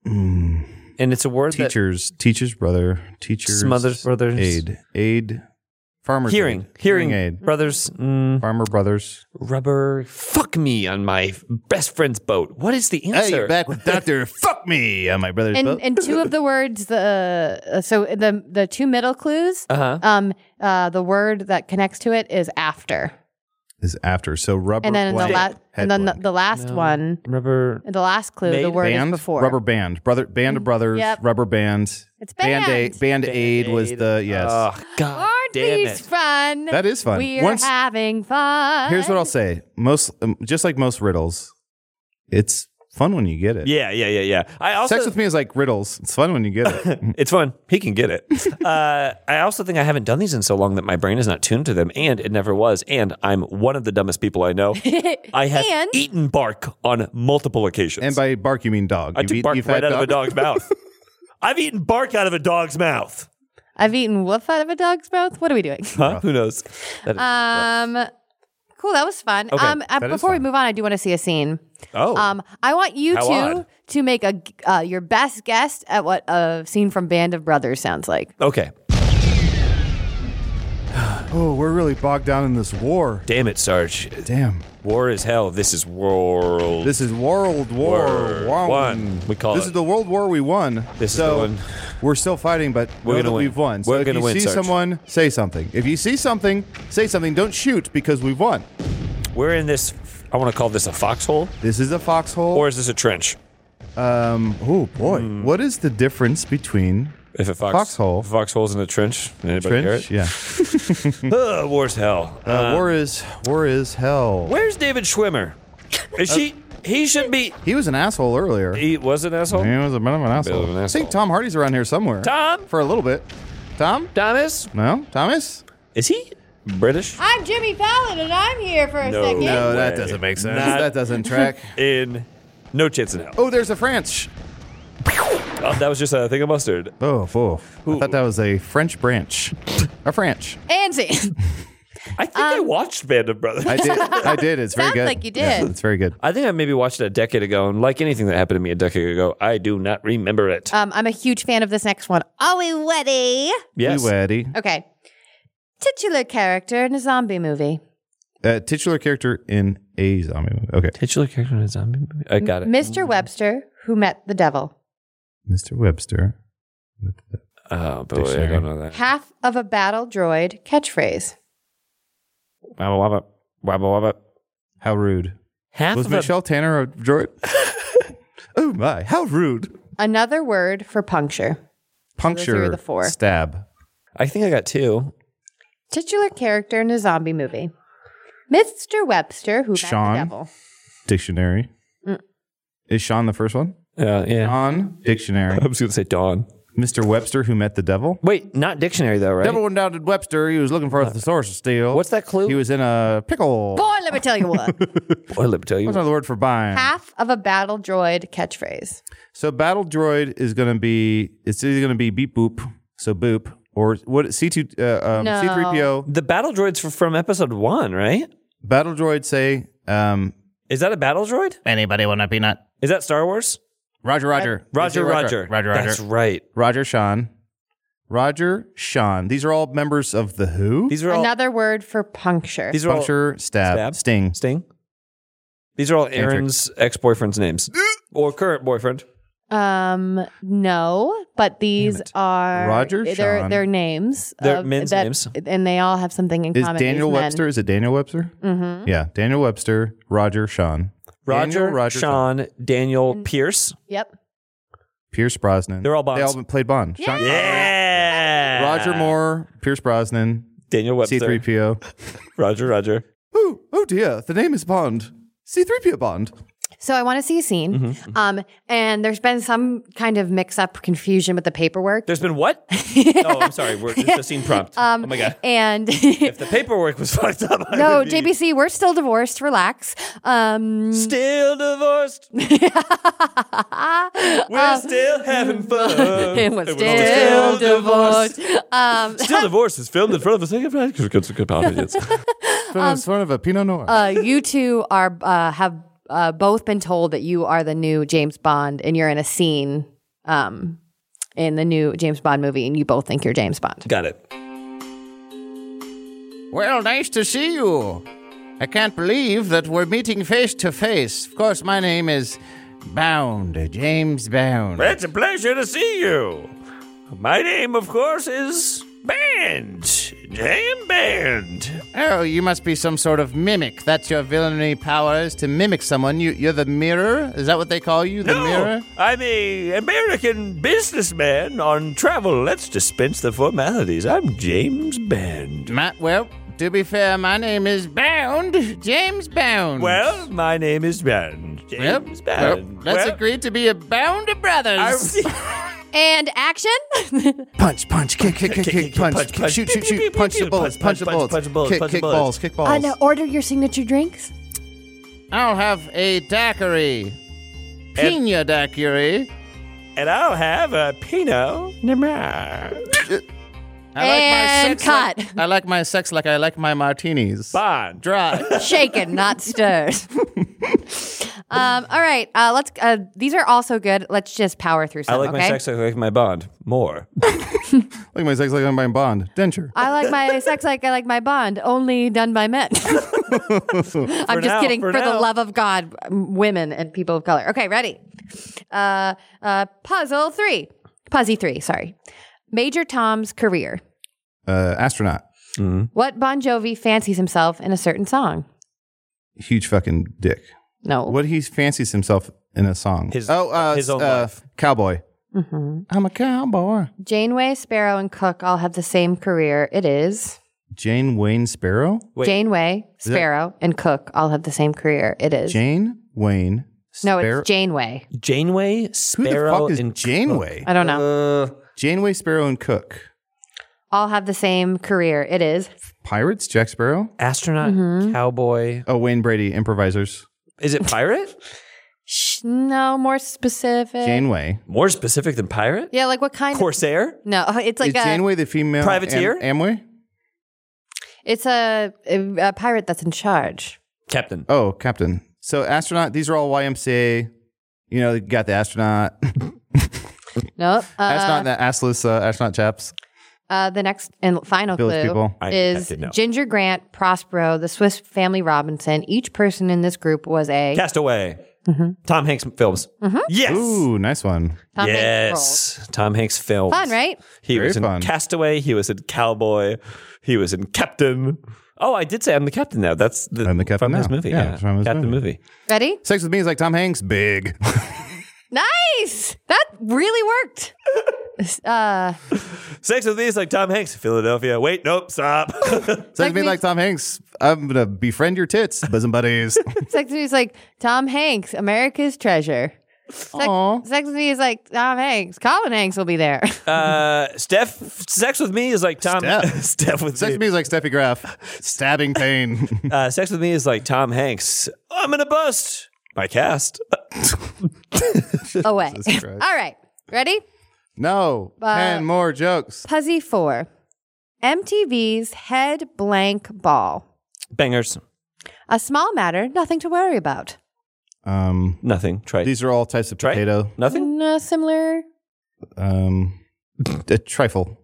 G: Mm.
E: and it's a word
G: Teachers, teachers, brother,
E: that
G: teachers,
E: smothers brothers
G: aid, aid, farmers,
E: hearing,
G: aid,
E: hearing,
G: aid,
E: brothers, mm,
G: farmer brothers.
E: rubber. Fuck me on my best friend's boat. What is the
G: Hey,
E: answer?
G: you're back with Doctor Fuck Me on my brother's
D: And
G: boat.
D: and two of the words the uh, so the the two middle clues.
E: uh huh.
D: Um, uh, the word that connects to it is after,
G: is after. So rubber
D: and then the
G: blank,
D: last,
G: head
D: and then the,
G: blank.
D: the last one,
E: Rubber.
D: the last clue, the
E: Made
D: word
G: band,
D: is before. Mm-hmm.
G: rubber band, brother, band of brothers,
D: Yep.
G: rubber band,
D: It's band.
G: band aid, band aid was the yes.
E: Oh God.
D: Aren't
E: damn
D: these
E: it.
D: fun?
G: that is fun.
D: We're
G: Once
D: having fun.
G: Here's what I'll say: most, um, just like most riddles, it's fun when you get it.
E: Yeah, yeah, yeah, yeah. I also
G: Sex with me is like riddles. It's fun when you get it.
E: It's fun. He can get it. uh, I also think I haven't done these in so long that my brain is not tuned to them, and it never was. And I'm one of the dumbest people I know. I have
D: And-
E: eaten bark on multiple occasions.
G: and by bark, you mean dog.
E: I
G: You've
E: took
G: eat-
E: bark
G: you've
E: right out
G: had
E: of a dog's mouth. I've eaten bark out of a dog's mouth.
D: I've eaten woof out of a dog's mouth. What are we doing?
E: Huh? Who knows? That is
D: Um, cool. That was fun.
E: Okay,
D: um, uh,
G: that is
D: before we
G: fun.
D: move on, I do want to see a scene.
E: oh,
D: Um, I want you
E: How
D: two
E: odd.
D: to make a g- uh, your best guess at what a scene from Band of Brothers sounds like.
E: okay.
G: Oh, we're really bogged down in this war.
E: Damn it, Sarge.
G: Damn.
E: War is hell. This is world.
G: This is World War
E: War
G: One.
E: One, we call
G: this
E: it.
G: is the World War we won.
E: This is
G: so
E: the one.
G: We're still fighting, but
E: We're
G: know
E: gonna
G: that
E: win.
G: We've won. So
E: We're
G: if
E: gonna
G: you
E: win,
G: see
E: Sarge.
G: someone, say something. If you see something, say something. Don't shoot because we've won.
E: We're in this. I want to call this a foxhole,
G: This is a foxhole.
E: or is Hmm. this a trench?
G: um. Oh boy. What is the difference between
E: If a fox,
G: Foxhole.
E: if a foxhole's in a trench, anybody hear it?
G: trench? Yeah.
E: Ugh, war's hell.
G: Uh, war is war is hell. Uh,
E: Where's David Schwimmer? Is she He should be.
G: He was an asshole earlier. He
E: He was an asshole.
G: was a bit of an asshole.
E: of an
G: I think
E: asshole.
G: Tom Hardy's around here somewhere.
E: Tom
G: For a little bit. Tom?
E: Thomas.
G: No? Thomas?
E: Is he British?
F: I'm Jimmy Fallon, and I'm here for a
E: No.
F: second.
E: No.
G: No, that
E: way.
G: doesn't make sense.
E: Not-
G: That doesn't track.
E: In no chance in hell.
G: oh, there's a French.
E: Oh, that was just a thing of mustard.
G: Oh, fool. I thought that was a French branch. A French.
D: And see,
E: I think I watched Band of Brothers.
G: Um, I
E: I,
G: did. I did. It's very
D: Sounds
G: good.
D: like you
G: Yeah,
D: did.
G: it's very good.
E: think I maybe watched it a decade ago, and like anything that happened to me a decade ago, I do not remember it.
G: Uh,
D: um, I'm a huge fan of this next one. Are we ready?
E: yes.
G: We ready.
D: Okay. Titular character in a zombie movie.
G: Uh, titular character in a zombie movie. Okay.
E: Titular character in a zombie movie. I got it. Mm.
D: Mr. Webster, who met the devil.
G: Mr. Webster.
E: Oh boy, I
G: Dictionary.
E: don't know that.
D: Half of a battle droid catchphrase.
E: Wabba wabba wabba wabba.
G: How rude.
E: Half
G: Was
E: of a-
G: Michelle Tanner a droid? oh my, how rude.
D: Another word for puncture.
G: Puncture.
D: the four.
G: Stab.
E: I think I got two.
D: Titular character in a zombie movie. Mr. Webster, who
G: Sean.
D: met the devil.
G: Dictionary.
D: Mm.
G: Is Sean the first one?
E: Uh, yeah.
G: Sean. Dictionary.
E: I was gonna say Dawn.
G: Mr. Webster who met the devil.
E: Wait, not dictionary though, right?
G: Devil went down to Webster. He was looking for a thesaurus to steal.
E: What's that clue?
G: He was in a pickle.
D: Boy, let me tell you what.
E: Boy, let me tell you.
G: What's another word for buying?
D: Half of a battle droid catchphrase.
G: So battle droid is going to be it's either going to be beep boop, so boop, or what C two uh, um,
D: No.
G: C three PO
E: The battle droids were from episode one, right?
G: battle droid say um,
E: Is that a battle droid?
G: anybody want a peanut?
E: Is that Star Wars?
G: Roger, Roger,
E: Roger,
G: They say
E: Roger,
G: Roger, Roger,
E: That's right.
G: Roger, Sean, Roger, Sean. These are all members of the Who.
E: These are all
D: Another word for puncture.
E: these are
G: puncture, stab,
E: Stab.
G: uh, sting.
E: all Sting. These are all Aaron's ex boyfriend's names or current boyfriend.
D: Um, no, but these
E: it.
D: are
G: Roger,
D: Their
G: Sean.
D: their names.
E: They're
D: of-
E: men's
D: that-
E: names.
D: and they all have something in
G: Is
D: common.
G: Daniel Webster? Is it Daniel Webster?
D: Mm-hmm.
G: Yeah, Daniel Webster, Roger, Sean,
E: Roger,
G: Daniel, Roger,
E: Sean, Daniel,
D: Mm.
E: Pierce.
D: Yep.
G: Pierce Brosnan.
E: They're all Bonds.
G: They all played Bond. Sean Connery,
E: Yeah.
G: Roger Moore, Pierce Brosnan,
E: Uh, Daniel Webster.
G: C three PO.
E: Roger, Roger.
G: Oh, oh dear, the name is Bond. C3PO Bond.
D: So I want to see a scene.
E: Mm-hmm,
D: Um, and there's been some kind of mix up confusion with the paperwork.
E: There's been what? oh, I'm sorry. We're, it's a scene prompt. oh my god.
D: Um, And
E: If the paperwork was fucked up, I
D: no,
E: would be
D: JBC, we're still divorced. Relax. Um,
E: Still divorced. We're still having fun.
D: and we're still divorced. Um,
E: Still divorced is filmed in front of a second flag.
G: It's sort of a Pinot Noir.
D: uh, you two are uh, have uh, both been told that you are the new James Bond, and you're in a scene um, in the new James Bond movie, and you both think you're James Bond.
E: Got it.
G: well, nice to see you. I can't believe that we're meeting face to face. Of course, my name is Bound, James Bound.
E: It's a pleasure to see you. My name, of course, is Band. Jam Band.
G: Oh, you must be some sort of mimic. That's your villainy powers to mimic someone. You, you're the mirror? Is that what they call you? The mirror?
E: I'm a American businessman on travel. Let's dispense the formalities. I'm James Band.
G: My, well, to be fair, my name is Bound, James Bound.
E: Well, my name is Band. James Band. Well,
G: to be a bound of
E: I-
G: brothers.
D: And action.
G: punch, punch, kick, kick, kick,
E: Kick,
G: kick,
E: kick,
G: punch,
E: punch,
G: kick,
E: punch.
G: shoot,
E: Pew,
G: shoot,
E: pew,
G: shoot,
E: pew,
G: punch the
E: pew,
G: bullets,
E: punch,
G: punch the
E: punch,
G: bullets,
E: punch the bullets,
G: kick,
E: punch the
G: kick
E: bullets.
G: balls, kick
D: uh, now
G: balls.
D: order your signature drinks.
G: I'll have a daiquiri, pina daiquiri.
E: and I'll have a Pinot Noir.
G: I like my
D: And
G: sex like- I like my sex like I like my martinis.
E: Bond.
G: Dry.
D: Shaken, not stirred. um, all right, uh, let's. Uh, these are also good. Let's just power through some.
E: I like
D: okay.
E: my sex I like my Bond more.
G: like my sex like I'm buying Bond. Denture.
D: I like my sex like I like my Bond, only done by men. I'm just
E: now,
D: kidding. For,
E: for
D: the
E: now.
D: love of God, m- women and people of color. Okay, ready? Uh, uh, puzzle three, Puzzy three. Sorry, Major Tom's career.
G: Uh, astronaut.
D: What Bon Jovi fancies himself in a certain song?
G: Huge fucking dick.
D: No.
G: What he fancies himself in a song.
E: His-
G: oh, uh,
E: his own
G: uh,
E: life.
G: cowboy.
D: Mm-hmm.
G: I'm a cowboy.
D: Janeway, Sparrow, and Cook all have the same career. It is
G: Jane Wayne Sparrow.
E: Wait.
D: Janeway,
G: that-
D: Sparrow, and Cook all have the same career. It is
G: Jane Wayne
D: No,
G: Spar-
D: it's Janeway.
E: Janeway,
G: Who the
E: Sparrow,
G: fuck is
E: and Cook.
G: Janeway?
D: I don't know.
E: Uh,
G: Janeway, Sparrow, and Cook.
D: All have the same career. It is.
G: Pirates, Jack Sparrow.
E: astronaut, cowboy.
G: Oh, Wayne Brady, improvisers.
E: Is it pirate?
D: Shh, no, more specific.
G: Janeway.
E: More specific than pirate?
D: yeah, like what kind? Of,
E: Corsair?
D: no, it's like
G: is
D: a.
G: Janeway the female
E: Privateer?
G: Am- Amway?
D: It's a, a pirate that's in charge.
E: Captain.
G: Oh, captain. So astronaut. These are all YMCA. You know, you got the astronaut,
D: Uh, No,
G: astronaut,
D: uh,
G: and the assless uh, astronaut chaps,
D: uh, the next and final
G: village
D: clue
G: people.
E: I- I
D: is
E: did know.
D: Ginger Grant, Prospero, the Swiss Family Robinson. Each person in this group was a
E: Castaway. Tom Hanks films. Yes.
G: Ooh, nice one.
D: Tom Hanks role.
E: yes. Tom Hanks films.
D: Fun, right?
E: He
G: Very
E: was in
G: fun.
E: Castaway. He was in Cowboy. He was in Captain. Oh, I did say I'm the captain now. That's the,
G: I'm the
E: from
G: captain
E: this
G: now.
E: movie.
G: Yeah,
E: Yeah,
G: it's from his
E: captain
G: movie.
E: movie.
D: Ready?
G: Sex with me is like Tom Hanks, big.
D: Nice. That really worked. uh,
E: Sex with me is like Tom Hanks, Philadelphia. Wait, nope, stop.
G: Sex with me
D: me-
G: like Tom Hanks. I'm gonna befriend your tits, bosom buddies.
D: Sex with Me is like Tom Hanks, America's treasure. Sex,
G: Aw.
D: Sex with Me is like Tom Hanks. Colin Hanks will be there.
E: uh, Steph, Sex with me is like Tom.
G: Steph.
E: Steph with
G: Sex
E: me.
G: with me is like Steffi Graf, stabbing pain.
E: Uh, sex with me is like Tom Hanks. I'm gonna bust my cast. Uh,
D: Away.
G: Jesus Christ.
D: All right. Ready?
G: no,
D: Uh,
G: ten more jokes.
D: Puzzy four. MTV's head blank ball.
E: Bangers.
D: A small matter, nothing to worry about.
G: Um,
E: Nothing. Trite.
G: these are all types of
E: Trite.
G: potato.
E: Nothing.
D: No, uh, similar.
G: Um, a trifle.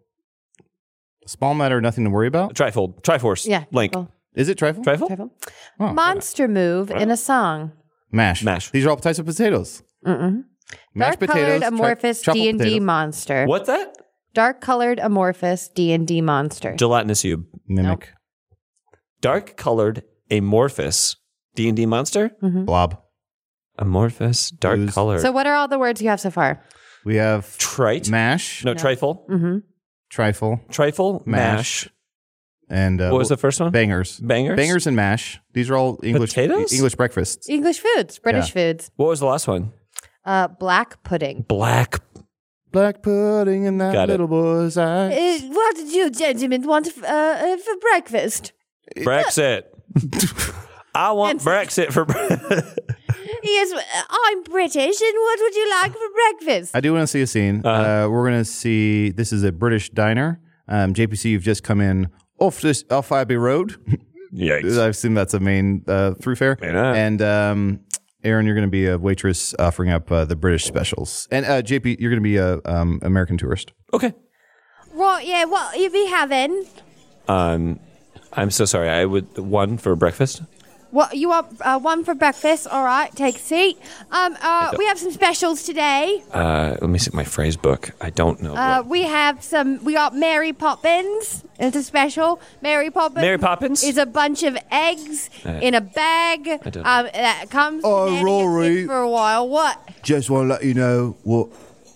G: Small matter, nothing to worry about.
E: Trifold. Triforce.
D: Yeah.
E: Link.
D: well,
G: Is it trifle?
E: Trifle.
D: trifle.
G: Oh,
D: Monster move in a song.
G: Mash.
E: Mash.
G: These are all types of potatoes.
D: Mm-mm.
G: Mashed
D: Dark-colored
G: potatoes, tri-
D: amorphous
G: truffle
D: D&D
G: potatoes.
D: monster.
E: What's that?
D: Dark-colored amorphous D&D monster.
E: Gelatinous cube.
G: Mimic.
E: Dark colored amorphous D and D monster.
G: Blob.
E: Amorphous. Dark
G: Ooze.
E: colored.
D: So what are all the words you have so far?
G: We have
E: trite.
G: mash,
E: no, trifle.
D: Mm-hmm.
G: trifle,
E: Trifle.
G: Mash.
E: Mash.
G: and uh,
E: What was the first one?
G: bangers.
E: Bangers.
G: Bangers and mash. These are all English
E: Potatoes?
G: English breakfasts.
D: English foods, British foods.
E: What was the last one?
D: Uh, black pudding.
E: Black.
G: Black pudding in that
E: Got it.
G: little boy's eye.
D: Uh, what did you gentlemen want uh, uh, for breakfast?
E: Brexit. I want Brexit for.
D: Yes, I'm British, and what would you like for breakfast?
G: I do want to see a scene.
E: Uh-huh.
G: uh we're going to see. This is a British diner. Um, JPC, you've just come in off this off Abbey Road.
E: Yikes.
G: I've seen that's a main uh, thoroughfare.
E: Man up.
G: And um, Aaron, you're going to be a waitress offering up uh, the British specials. And uh, JP, you're going to be a um, American tourist.
E: Okay.
D: Right, yeah, what you be having?
E: Um, I'm so sorry. I would one for breakfast.
D: What you want? Uh, one for breakfast. All right, take a seat. Um, uh, we have some specials today.
E: Uh, let me see my phrase book. I don't know.
D: Uh,
E: what.
D: we have some. We got Mary Poppins. It's a special. Mary Poppins.
E: Mary Poppins? Uh,
D: is a bunch of eggs in a bag. I
E: don't know.
D: um, that comes.
G: Oh,
D: in handy
G: Rory.
D: for a while. What?
G: Just want to let you know what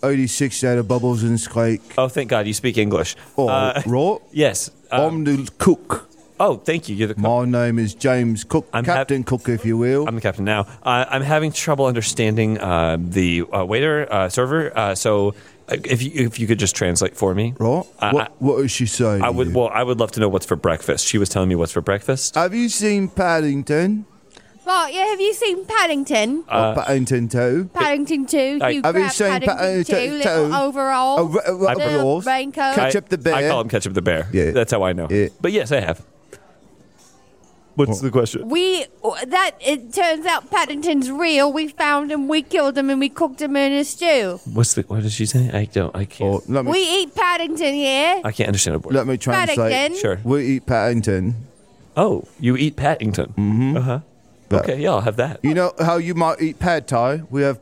G: 86 out of Bubbles and Squake.
E: oh, thank God you speak English.
G: Oh,
E: Uh,
G: raw.
E: yes. Uh,
G: I'm the cook.
E: oh, thank you. You're the. cook.
G: My name is James Cook,
E: I'm hap-
G: Captain Cook, if you will.
E: I'm the captain now. Uh, I'm having trouble understanding uh, the uh, waiter uh, server. Uh, so, uh, if you if you could just translate for me,
G: right?
E: I-
G: what, what is she saying?
E: I
G: to
E: would.
G: you?
E: Well, I would love to know what's for breakfast. She was telling me what's for breakfast.
G: Have you seen Paddington?
D: Right, yeah. Have you seen Paddington?
E: Uh,
G: or Paddington 2?
D: Paddington Two.
E: I-
D: you
G: Have
D: grab
G: you seen
D: Paddington
G: Paddington
D: Two? Little
G: Two?
D: overall.
G: Oh, r- r-
D: the
G: overalls.
D: Raincoat.
G: Catch
E: I-
G: up the bear.
E: I call him catch up the bear.
G: Yeah.
E: that's how I know.
G: Yeah.
E: But yes, I have. What's the question?
D: We that it turns out Paddington's real. We found him, we killed him, and we cooked him in a stew.
E: What's the? What did she say? I don't. I can't.
G: Or let me,
D: We eat Paddington here.
E: I can't understand a word.
G: let me translate.
D: Paddington.
E: Sure.
G: We eat Paddington.
E: Oh, you eat Paddington. Mm-hmm. Uh huh.
G: But-
E: Okay, yeah, I'll have that.
G: You know how you might eat pad thai? We have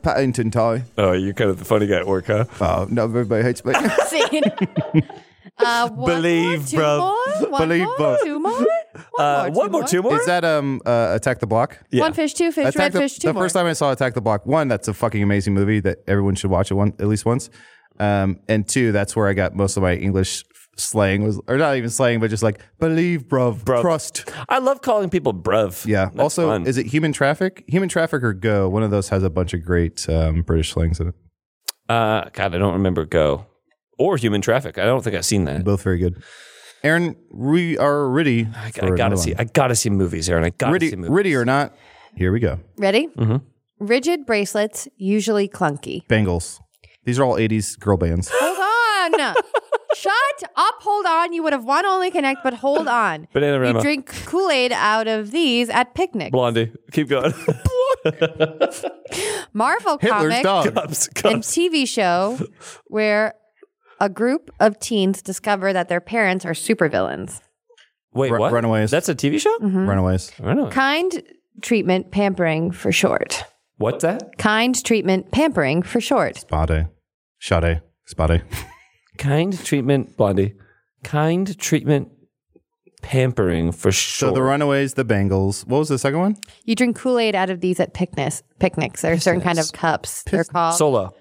G: Paddington thai.
E: Oh, you're kind of the funny guy at work, huh?
G: Oh, no, everybody hates me.
D: Scene. uh, one more,
E: Believe,
D: two
E: bruv.
D: More, one
G: Believe,
D: more,
G: bruv.
D: Two more. One
E: Uh, one more, two more.
G: Is that um uh, Attack the Block?
E: Yeah.
D: One fish, two fish,
G: Attack
D: red
G: the,
D: fish, two
G: the
D: more.
G: first time I saw Attack the Block, one, that's a fucking amazing movie that everyone should watch it one at least once. Um, and two, that's where I got most of my English slang was, or not even slang, but just like believe, bruv,
E: Bruv.
G: trust.
E: I love calling people bruv.
G: Yeah.
E: That's
G: also,
E: fun.
G: is it human traffic? Human traffic or go? One of those has a bunch of great um, British slangs in it.
E: uh, God, I don't remember Go or Human Traffic. I don't think I've seen that.
G: Both very good. Aaron, we are ready.
E: I, I gotta see. I gotta see movies, Aaron. I gotta
G: Ready,
E: see movies.
G: ready or not? Here we go.
D: Ready?
E: Mhm.
D: Rigid bracelets, usually clunky.
G: Bangles. These are all 80s girl bands.
D: Hold on. Shut up. Hold on. You would have won Only Connect, but hold on.
E: Banana
D: You
E: Rama.
D: drink Kool Aid out of these at picnics.
E: Blondie. Keep going.
D: Marvel
G: Hitler's
D: comic
G: dog.
E: Cups,
D: and
E: cups.
D: TV show where a group of teens discover that their parents are supervillains.
E: Wait,
G: Ru-
E: what?
G: Runaways.
E: That's a TV show.
G: Runaways.
E: Runaways.
D: Kind treatment pampering for short.
E: What's that?
D: Kind treatment pampering for short.
G: Spade. Sade. Spade.
E: Kind treatment, Blondie. Kind treatment, pampering for sure.
G: So the Runaways, the Bangles. What was the second one?
D: You drink Kool Aid out of these at picnics. Picnics. They're certain kind of cups. They're called.
E: Solo.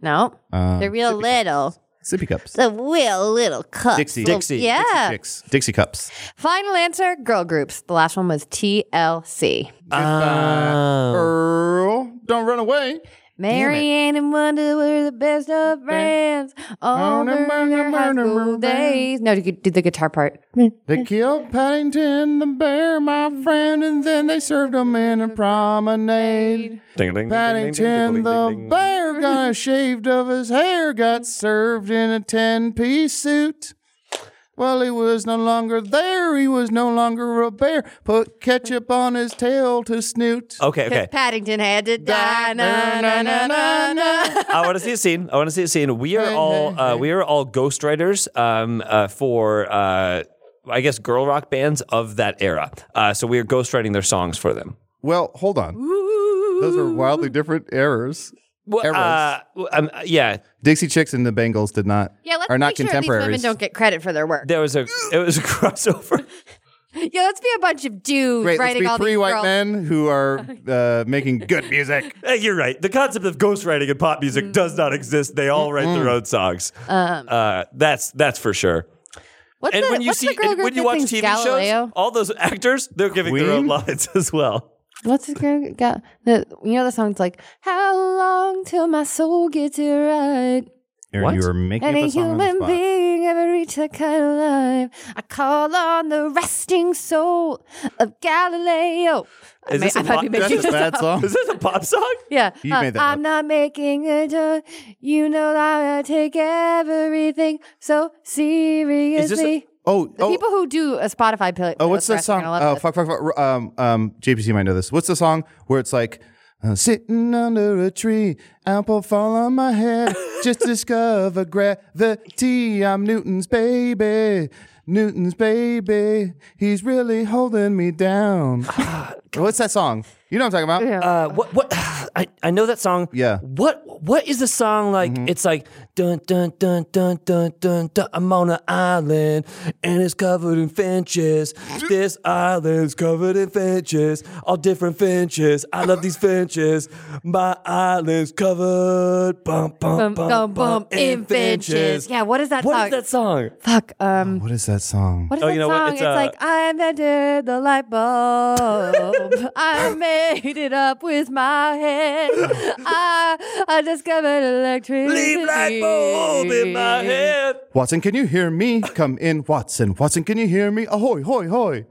D: no,
G: Um,
D: they're real little.
G: Sippy cups.
D: The real little cups.
G: Dixie.
D: Little-
E: Dixie.
D: Yeah.
G: Dixie, chicks. Dixie cups.
D: Final answer girl groups. The last one was TLC.
E: Oh.
G: Goodbye, Earl. Don't run away.
D: Marianne and Wanda were the best of friends all
G: Murder,
D: during
G: murder,
D: their high
G: murder,
D: school
G: murder.
D: days. No, you did the guitar part.
G: They killed Paddington the bear, my friend, and then they served him in a promenade.
E: Ding, ding,
G: Paddington the bear, gonna shaved of his hair, got served in a 10 piece suit. Well, he was no longer there, he was no longer a bear. Put ketchup on his tail to snoot.
E: Okay, okay.
D: Paddington had to die. Na, na, na, na, na.
E: I want to see a scene. I want to see a scene. We are all uh, we are all ghostwriters um, uh, for uh, I guess girl rock bands of that era. Uh, so we are ghostwriting their songs for them.
G: Well, hold on. Those are wildly different errors.
E: Well, uh, um, yeah,
G: Dixie Chicks and the Bengals did not
D: Yeah, let's
G: are not
D: make sure these
G: contemporaries.
D: women don't get credit for their work.
E: there was a it was a crossover.
D: Yeah, let's be a bunch of dudes
G: Great, let's
D: writing
G: be
D: all
G: three
D: these
G: white
D: girls.
G: men who are uh, making good music.
E: Hey, Eh, You're right. The concept of ghostwriting in pop music
D: Mm.
E: does not exist. They all write their own songs. uh, that's that's for sure.
D: What's
E: and
D: the,
E: when
D: Um.
E: you
D: what's
E: see
D: the girl
E: and
D: group
E: when you
D: that
E: watch
D: sings
E: TV
D: Galileo?
E: shows, all those actors they're giving their own lines as well.
D: What's it gonna got? The, you know the song's like, "How long till my soul gets it right?
G: Aaron,
E: What?
G: you were making
D: And a
G: up a song on the
D: human
G: spot.
D: being ever reached that kind of life? I call on the resting soul of Galileo." I
E: Is
D: may-
E: this a
D: I might
E: pop-
D: be
E: that's
D: making
E: a
D: this
G: bad
D: up.
G: song?
E: Is this a pop song?
D: Yeah,
G: You
D: Uh,
G: made that
D: I'm not making a joke. You know that I take everything so
E: a-
D: seriously.
G: Oh,
D: the
G: oh,
D: people who do a Spotify play.
G: oh, what's that
D: playlist are
G: song?
D: gonna love
G: Oh,
D: this.
G: fuck, fuck, fuck. r- Um, um, JPC might know this. What's the song where it's like, uh, sitting under a tree, apple fall on my head, just discover gravity. I'm Newton's baby. Newton's baby. He's really holding me down. what's that song? You know what I'm talking
E: Uh,
G: about?
E: what what I, I know that song.
G: Yeah.
E: What what is the song like? It's like dun dun dun dun dun dun dun. I'm on an island and it's covered in finches. This island's covered in finches, all different finches. I love these finches. My island's covered bum bum bum
D: Bum,
E: bum,
D: bum, bum, in finches. Yeah, what is that
E: What
D: song?
E: is that song?
D: Fuck. Um,
G: Oh, What is that song?
D: what is
E: Oh,
D: that
E: you know what?
D: song?
E: It's,
D: It's,
E: uh,
D: like I invented the light bulb. I made it up with my head. I I discovered electricity.
E: Leave light bulb in my head.
G: Watson, can you hear me? Come in, Watson. Watson, can you hear me? Ahoy, hoy, hoy.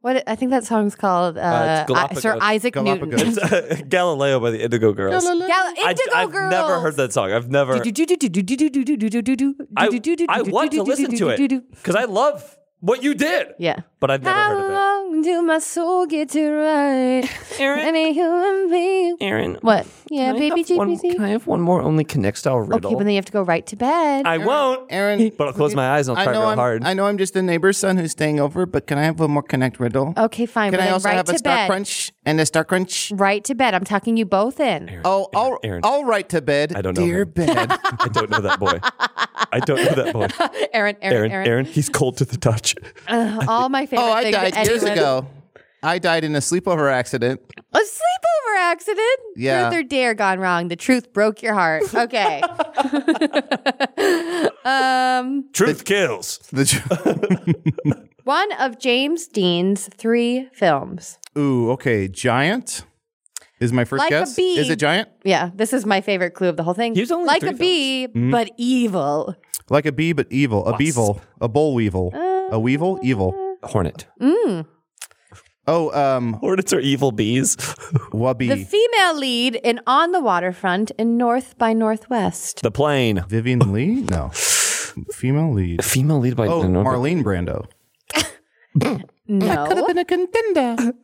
D: What I think that song's called uh,
E: Uh,
D: I-
E: it's
D: Sir
E: Galapagos-
D: Isaac Newton.
G: Galapagos.
E: Galileo by the Indigo Girls.
D: Gal-
E: I-
D: Indigo
E: I've
D: Girls.
E: never heard that song. I've never. I, I want to listen to it because I love what you did.
D: Yeah.
E: But I've never heard of it.
D: How long do my soul get to right?
E: Aaron?
D: Any human being.
E: Aaron.
D: What? Yeah,
E: can I
D: baby
E: have one- Can I
D: GPC.
E: have one more only connect style riddle?
D: Okay, but then you have to go right to bed.
E: I won't.
G: Aaron,
E: But I'll close my eyes and I'll try real
G: I'm,
E: hard.
G: I know I'm just the neighbor's son who's staying over, but can I have one more Connect riddle?
D: okay, fine.
G: Can
D: Oh, but
G: I
D: then
G: also
D: right
G: have
D: to
G: a Star
D: bed.
G: Crunch and a Star Crunch?
D: Right to bed. I'm tucking you both in.
G: Oh, all,
E: Aaron.
G: all right to bed.
E: I don't know
G: Dear
E: him.
G: bed.
E: I don't know that boy. I don't know that boy.
D: Aaron, Aaron, Aaron.
E: he's cold to the touch.
D: All my favorite
G: oh, I
D: things.
G: died years
D: anyone-
G: ago. I died in a sleepover accident.
D: A sleepover accident?
G: Yeah.
D: Truth or dare gone wrong. The truth broke your heart. Okay. um,
E: Truth kills.
G: The tr-
D: one of James Dean's three films.
G: Ooh, okay. Giant is my first
D: Like a
G: guess.
D: bee.
G: Is it giant?
D: Yeah, this is my favorite clue of the whole thing.
E: He was only in
D: like
E: three Mm.
D: a bee, but evil.
G: Like a bee, but evil. A beevil. A boll weevil.
D: Uh,
G: a weevil? Evil.
E: Hornet.
G: Oh, um,
E: Hornets are evil bees.
G: Wabi.
D: The female lead in On the Waterfront in North by Northwest.
E: the plane.
G: Vivian Lee? No. Female lead.
E: Female lead by
G: Oh,
E: Norman-
G: Marlene Brando.
D: No.
G: been a contender.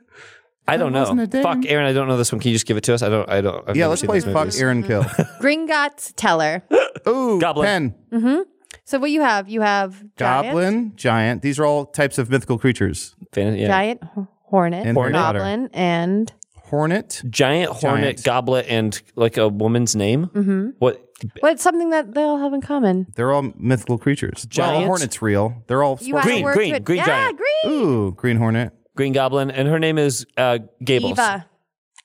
E: I don't know.
G: wasn't a thing.
E: Fuck, Aaron. I don't know this one. Can you just give it to us? I don't. I don't. I've
G: Yeah,
E: never
G: let's
E: seen
G: play
E: these
G: Fuck
E: movies.
G: Aaron Kill.
D: Gringotts Teller.
G: Ooh,
E: Goblin.
G: Pen.
D: So what you have? You have giant,
G: Goblin, giant. These are all types of mythical creatures.
E: Fan- yeah.
D: giant h- hornet,
G: And Hornet.
D: goblin, and
G: Hornet.
E: Giant hornet,
G: Giant.
E: goblet, and like a woman's name. Mm-hmm. What?
D: what's something that they all have in common?
G: They're all mythical creatures. Well,
E: Giant.
G: a hornet's real. They're all
D: You add a
E: Green,
D: word
E: green,
D: to it.
E: green
D: yeah,
E: giant.
D: green.
G: Ooh, green hornet.
E: Green Goblin, and her name is uh, Gables.
D: Eva.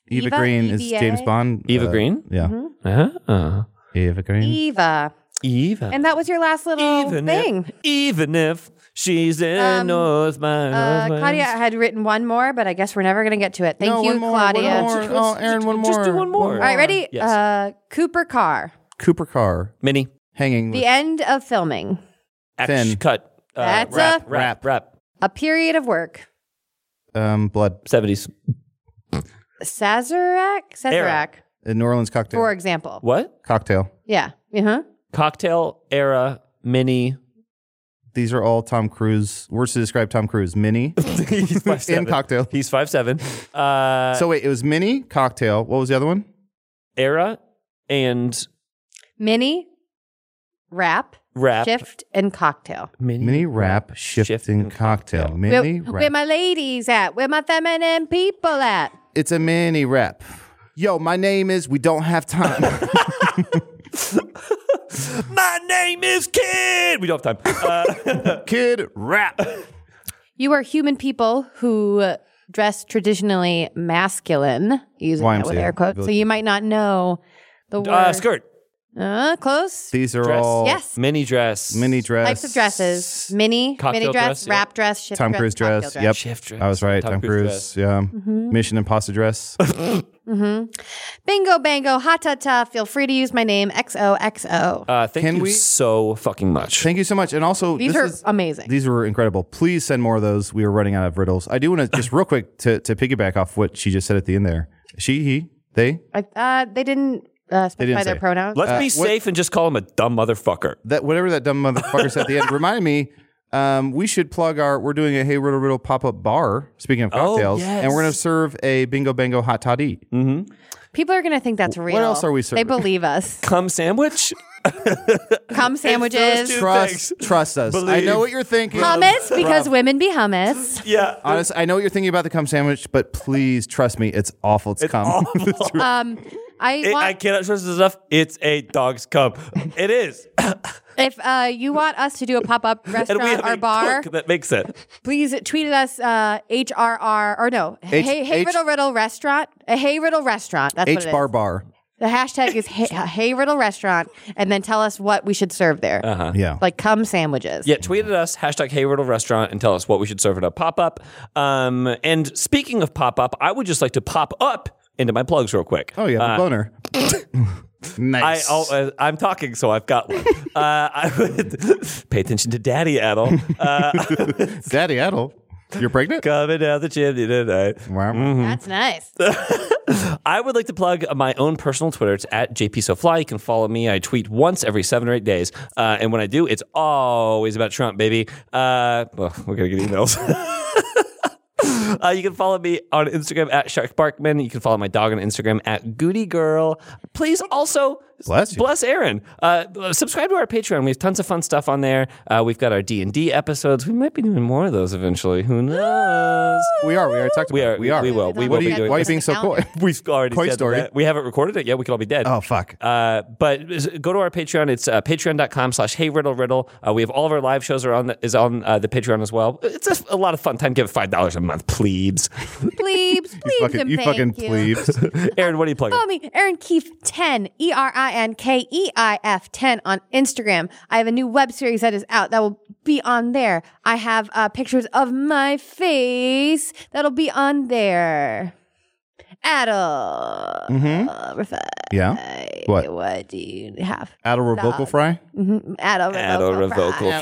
G: Eva,
D: Eva, E
G: Green is
D: EVA.
G: James Bond.
E: Eva
G: Uh,
E: Green?
G: Yeah.
D: Mm-hmm.
E: Uh-huh.
G: Eva Green.
D: E- Eva.
E: Eva.
D: And that was your last little
E: even
D: thing.
E: If, even if she's in
D: Um,
E: North by
D: Uh,
E: Northwest.
D: Claudia had written one more, but I guess we're never going to get to it. Thank
G: no,
D: you,
G: one more,
D: Claudia.
G: One more. Oh, Aaron, one more.
E: Just do one more.
D: All right, ready?
E: Yes.
D: Uh, Cooper Carr.
G: Cooper Carr
E: Minnie,
G: hanging.
D: The
G: with-
D: end of filming.
E: action,
G: Finn.
E: cut. Uh,
D: That's
E: rap,
D: a-
E: rap, rap.
D: A period of work.
G: um, blood.
E: 70s.
D: Sazerac? Sazerac,
G: A New Orleans cocktail.
D: for example.
E: What?
G: Cocktail.
D: Yeah. Uh-huh.
E: Cocktail era mini.
G: These are all Tom Cruise. Words to describe Tom Cruise. Mini.
E: He's five
G: In
E: seven.
G: cocktail.
E: He's five seven. Uh,
G: so wait, it was mini cocktail. What was the other one?
E: era and
D: Mini, wrap,
E: rap.
D: shift, and cocktail.
E: Mini,
G: Mini wrap shifting
E: and
G: cocktail.
D: Where,
G: Mini
D: where
G: wrap.
D: my ladies at? Where my feminine people at?
G: It's a mini rap. Yo, my name is. We don't have time.
E: My name is Kid. We don't have time. Uh,
G: Kid rap.
D: You are human people who dress traditionally masculine, using that with
G: YMCA.
D: air quotes. So you might not know the word.
E: uh, skirt.
D: Uh, close.
G: These are
E: Dress.
G: all
D: yes.
E: Mini dress.
G: Oh. mini dress.
D: Types of dresses. Mini,
E: Cocktail
D: mini
E: dress,
D: dress,
E: yeah.
D: wrap dress, shift
G: Tom
D: dress,
G: Cruise
D: cocktail
G: dress. Yep.
E: Shift dress.
G: I was right.
E: Tom
G: Tom,
E: Cruise
G: Cruise.
E: dress.
G: Yeah.
D: Mm-hmm.
G: Mission Impossible dress.
D: Bingo, bango, ha ta ta. Feel free to use my name, XOXO.
E: Uh, thank
G: Can
E: you
G: we-
E: so fucking much.
G: Thank you so much. And also,
D: These
G: this
D: are
G: is-
D: amazing.
G: These were incredible. Please send more of those. We are running out of riddles. I do want to just real quick to, to piggyback off what she just said at the end there. She, he, they,
D: I, uh, they didn't uh, specify
G: didn't
D: their
G: say.
D: pronouns.
E: Let's be safe and just call him a dumb motherfucker.
G: that whatever that dumb motherfucker said at the end reminded me. Um, we should plug our. We're doing a Hey Riddle Riddle pop up bar. Speaking of
E: Oh,
G: cocktails,
E: yes. Mm.
G: and we're going to serve a Bingo Bango Hot Toddy.
D: People are going to think that's real.
G: else are we serving?
D: They believe us.
E: Cum sandwich?
D: Cum sandwiches.
E: two-
G: Trust,
E: Thanks.
G: trust us. I
E: Believe.
G: know what you're thinking.
D: Hummus, because women be hummus.
E: Yeah.
G: Honest, I know what you're thinking about the cum sandwich, but please trust me, it's awful. It's, cum.
D: Um, I
E: It-
D: want,
E: I cannot stress this enough. It's a dog's cum. It is.
D: if uh, you want us to do a pop up
E: and we have
D: restaurant or
E: a
D: bar,
E: cook that makes it.
D: please tweet at us uh, HRR or no, hey, hey
G: H-
D: Riddle Riddle Restaurant, a Hey Riddle Restaurant. That's what
G: H
D: it is.
G: bar bar.
D: The hashtag is hey, hey Riddle Restaurant, and then tell us what we should serve there, uh-huh.
G: Yeah.
D: like cum sandwiches.
E: Yeah, tweet at us, hashtag Hey Riddle Restaurant, and tell us what we should serve at a pop up. Um, and speaking of pop up, I would just like to pop up into my plugs real quick.
G: oh, yeah,
E: Uh,
G: the boner.
E: I,
G: nice.
E: oh, uh, I'm talking, so I've got one. uh, I would pay attention to Daddy Adel uh,
G: Daddy Adel, you're pregnant?
E: coming down the chimney tonight.
G: Wow.
E: Mm-hmm.
D: That's nice.
E: I would like to plug my own personal Twitter. It's at JPSoFly. You can follow me. I tweet once every seven or eight days. Uh, and when I do, it's always about Trump, baby. Uh, well, we're going to get emails. Uh, you can follow me on Instagram at Shark Barkman. You can follow my dog on Instagram at Goody Girl. Please also
G: Bless you.
E: Bless Aaron. Uh, subscribe to our Patreon. We have tons of fun stuff on there. Uh, we've got our D and D episodes. We might be doing more of those eventually. Who knows?
G: We are. We are. Talked
E: We
G: about
E: are.
G: it. We are.
E: We will. We
G: what
E: will
G: are
E: be
G: you,
E: doing.
G: why are you
E: this.
G: being so coy?
E: We've already
G: Coy
E: said
G: story.
E: that. We haven't recorded it yet. We could all be dead.
G: Oh, fuck.
E: Uh, but is- go to our Patreon. It's uh, patreon.com slash hey riddle riddle. Uh, we have all of our live shows are on the, is on uh, the Patreon as well. It's just a lot of fun time. Give it five dollars a month, plebes.
D: Plebes,
G: You
D: plebes,
G: fucking,
D: and
G: you
D: thank
G: fucking plebes.
E: Aaron, what are you plugging?
D: Follow me, Erin Keefe 10, E R I N K E I F 10 on Instagram. I have a new web series that is out that will be on there. I have uh, pictures of my face that'll be on there. Adel. Rafai,
G: yeah. Mm-hmm. What?
D: What do you have?
G: Adderall vocal fry.
D: Adel.
E: Adel
D: Revocal Fry.
E: Revocal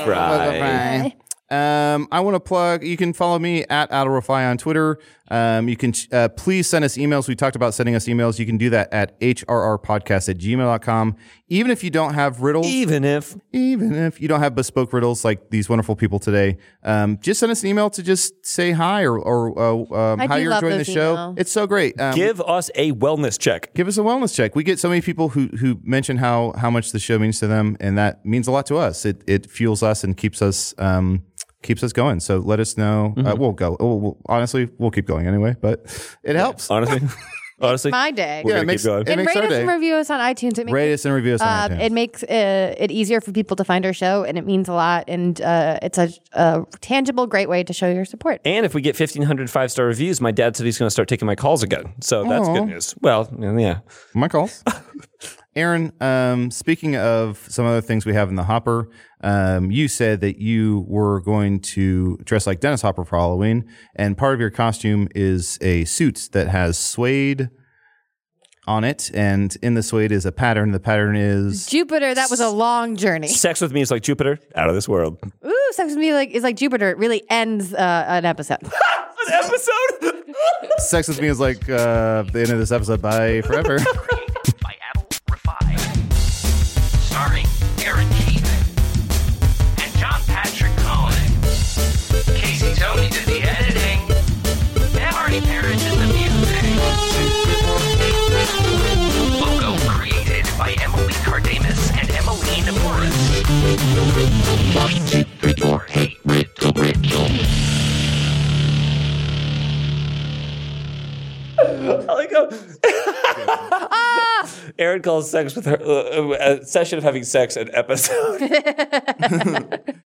E: Fry.
G: Um, I want to plug. You can follow me at Adderofly on Twitter. Um, you can uh, please send us emails. We talked about sending us emails. You can do that at hrrpodcast at gmail.com. Even if you don't have riddles,
E: Even if
G: even if you don't have bespoke riddles like these wonderful people today, um, just send us an email to just say hi or, or uh, um,
D: I
G: how
D: do
G: you're
D: love
G: enjoying the
D: those
G: show.
D: emails.
G: It's so great. Um,
E: give us a wellness check.
G: give us a wellness check. We get so many people who who mention how how much the show means to them, and that means a lot to us. It it fuels us and keeps us um keeps us going. So let us know. Uh,
E: Mm-hmm.
G: we'll go. Oh, we'll, honestly, we'll keep going anyway, but it helps.
E: Honestly, honestly,
D: My day.
E: We're
G: Yeah,
E: gonna
G: it makes
E: keep going.
G: it
D: and
G: makes
D: rate
G: our
D: us
G: day.
D: and review us on iTunes. It makes
G: Rate us and review us.
D: Uh,
G: on iTunes.
D: it makes uh, it easier for people to find our show, and it means a lot. And uh, it's a, a tangible, great way to show your support.
E: And if we get 1,500 five star reviews, my dad said he's going to start taking my calls again. So that's
G: Aw.
E: good news. Well, yeah.
G: My calls. Aaron, um, speaking of some other things we have in the hopper, um, you said that you were going to dress like Dennis Hopper for Halloween, and part of your costume is a suit that has suede on it, and in the suede is a pattern. The pattern is
D: Jupiter, that was a long journey.
E: Sex with me is like Jupiter, out of this world. An
D: Ooh, sex with me like is like Jupiter. It really ends uh, an episode.
E: episode?
G: "Sex with Me" is like uh, the end of this episode. Bye forever.
I: by Adel Refai. Starring Aaron Keith and John Patrick Cohen. Casey Tony did the editing. And Marty Parrish did the music. Logo created by Emily Cardamus and Emily Naporis.
E: I like how- Aaron calls sex with her uh, uh, a session of having sex an episode.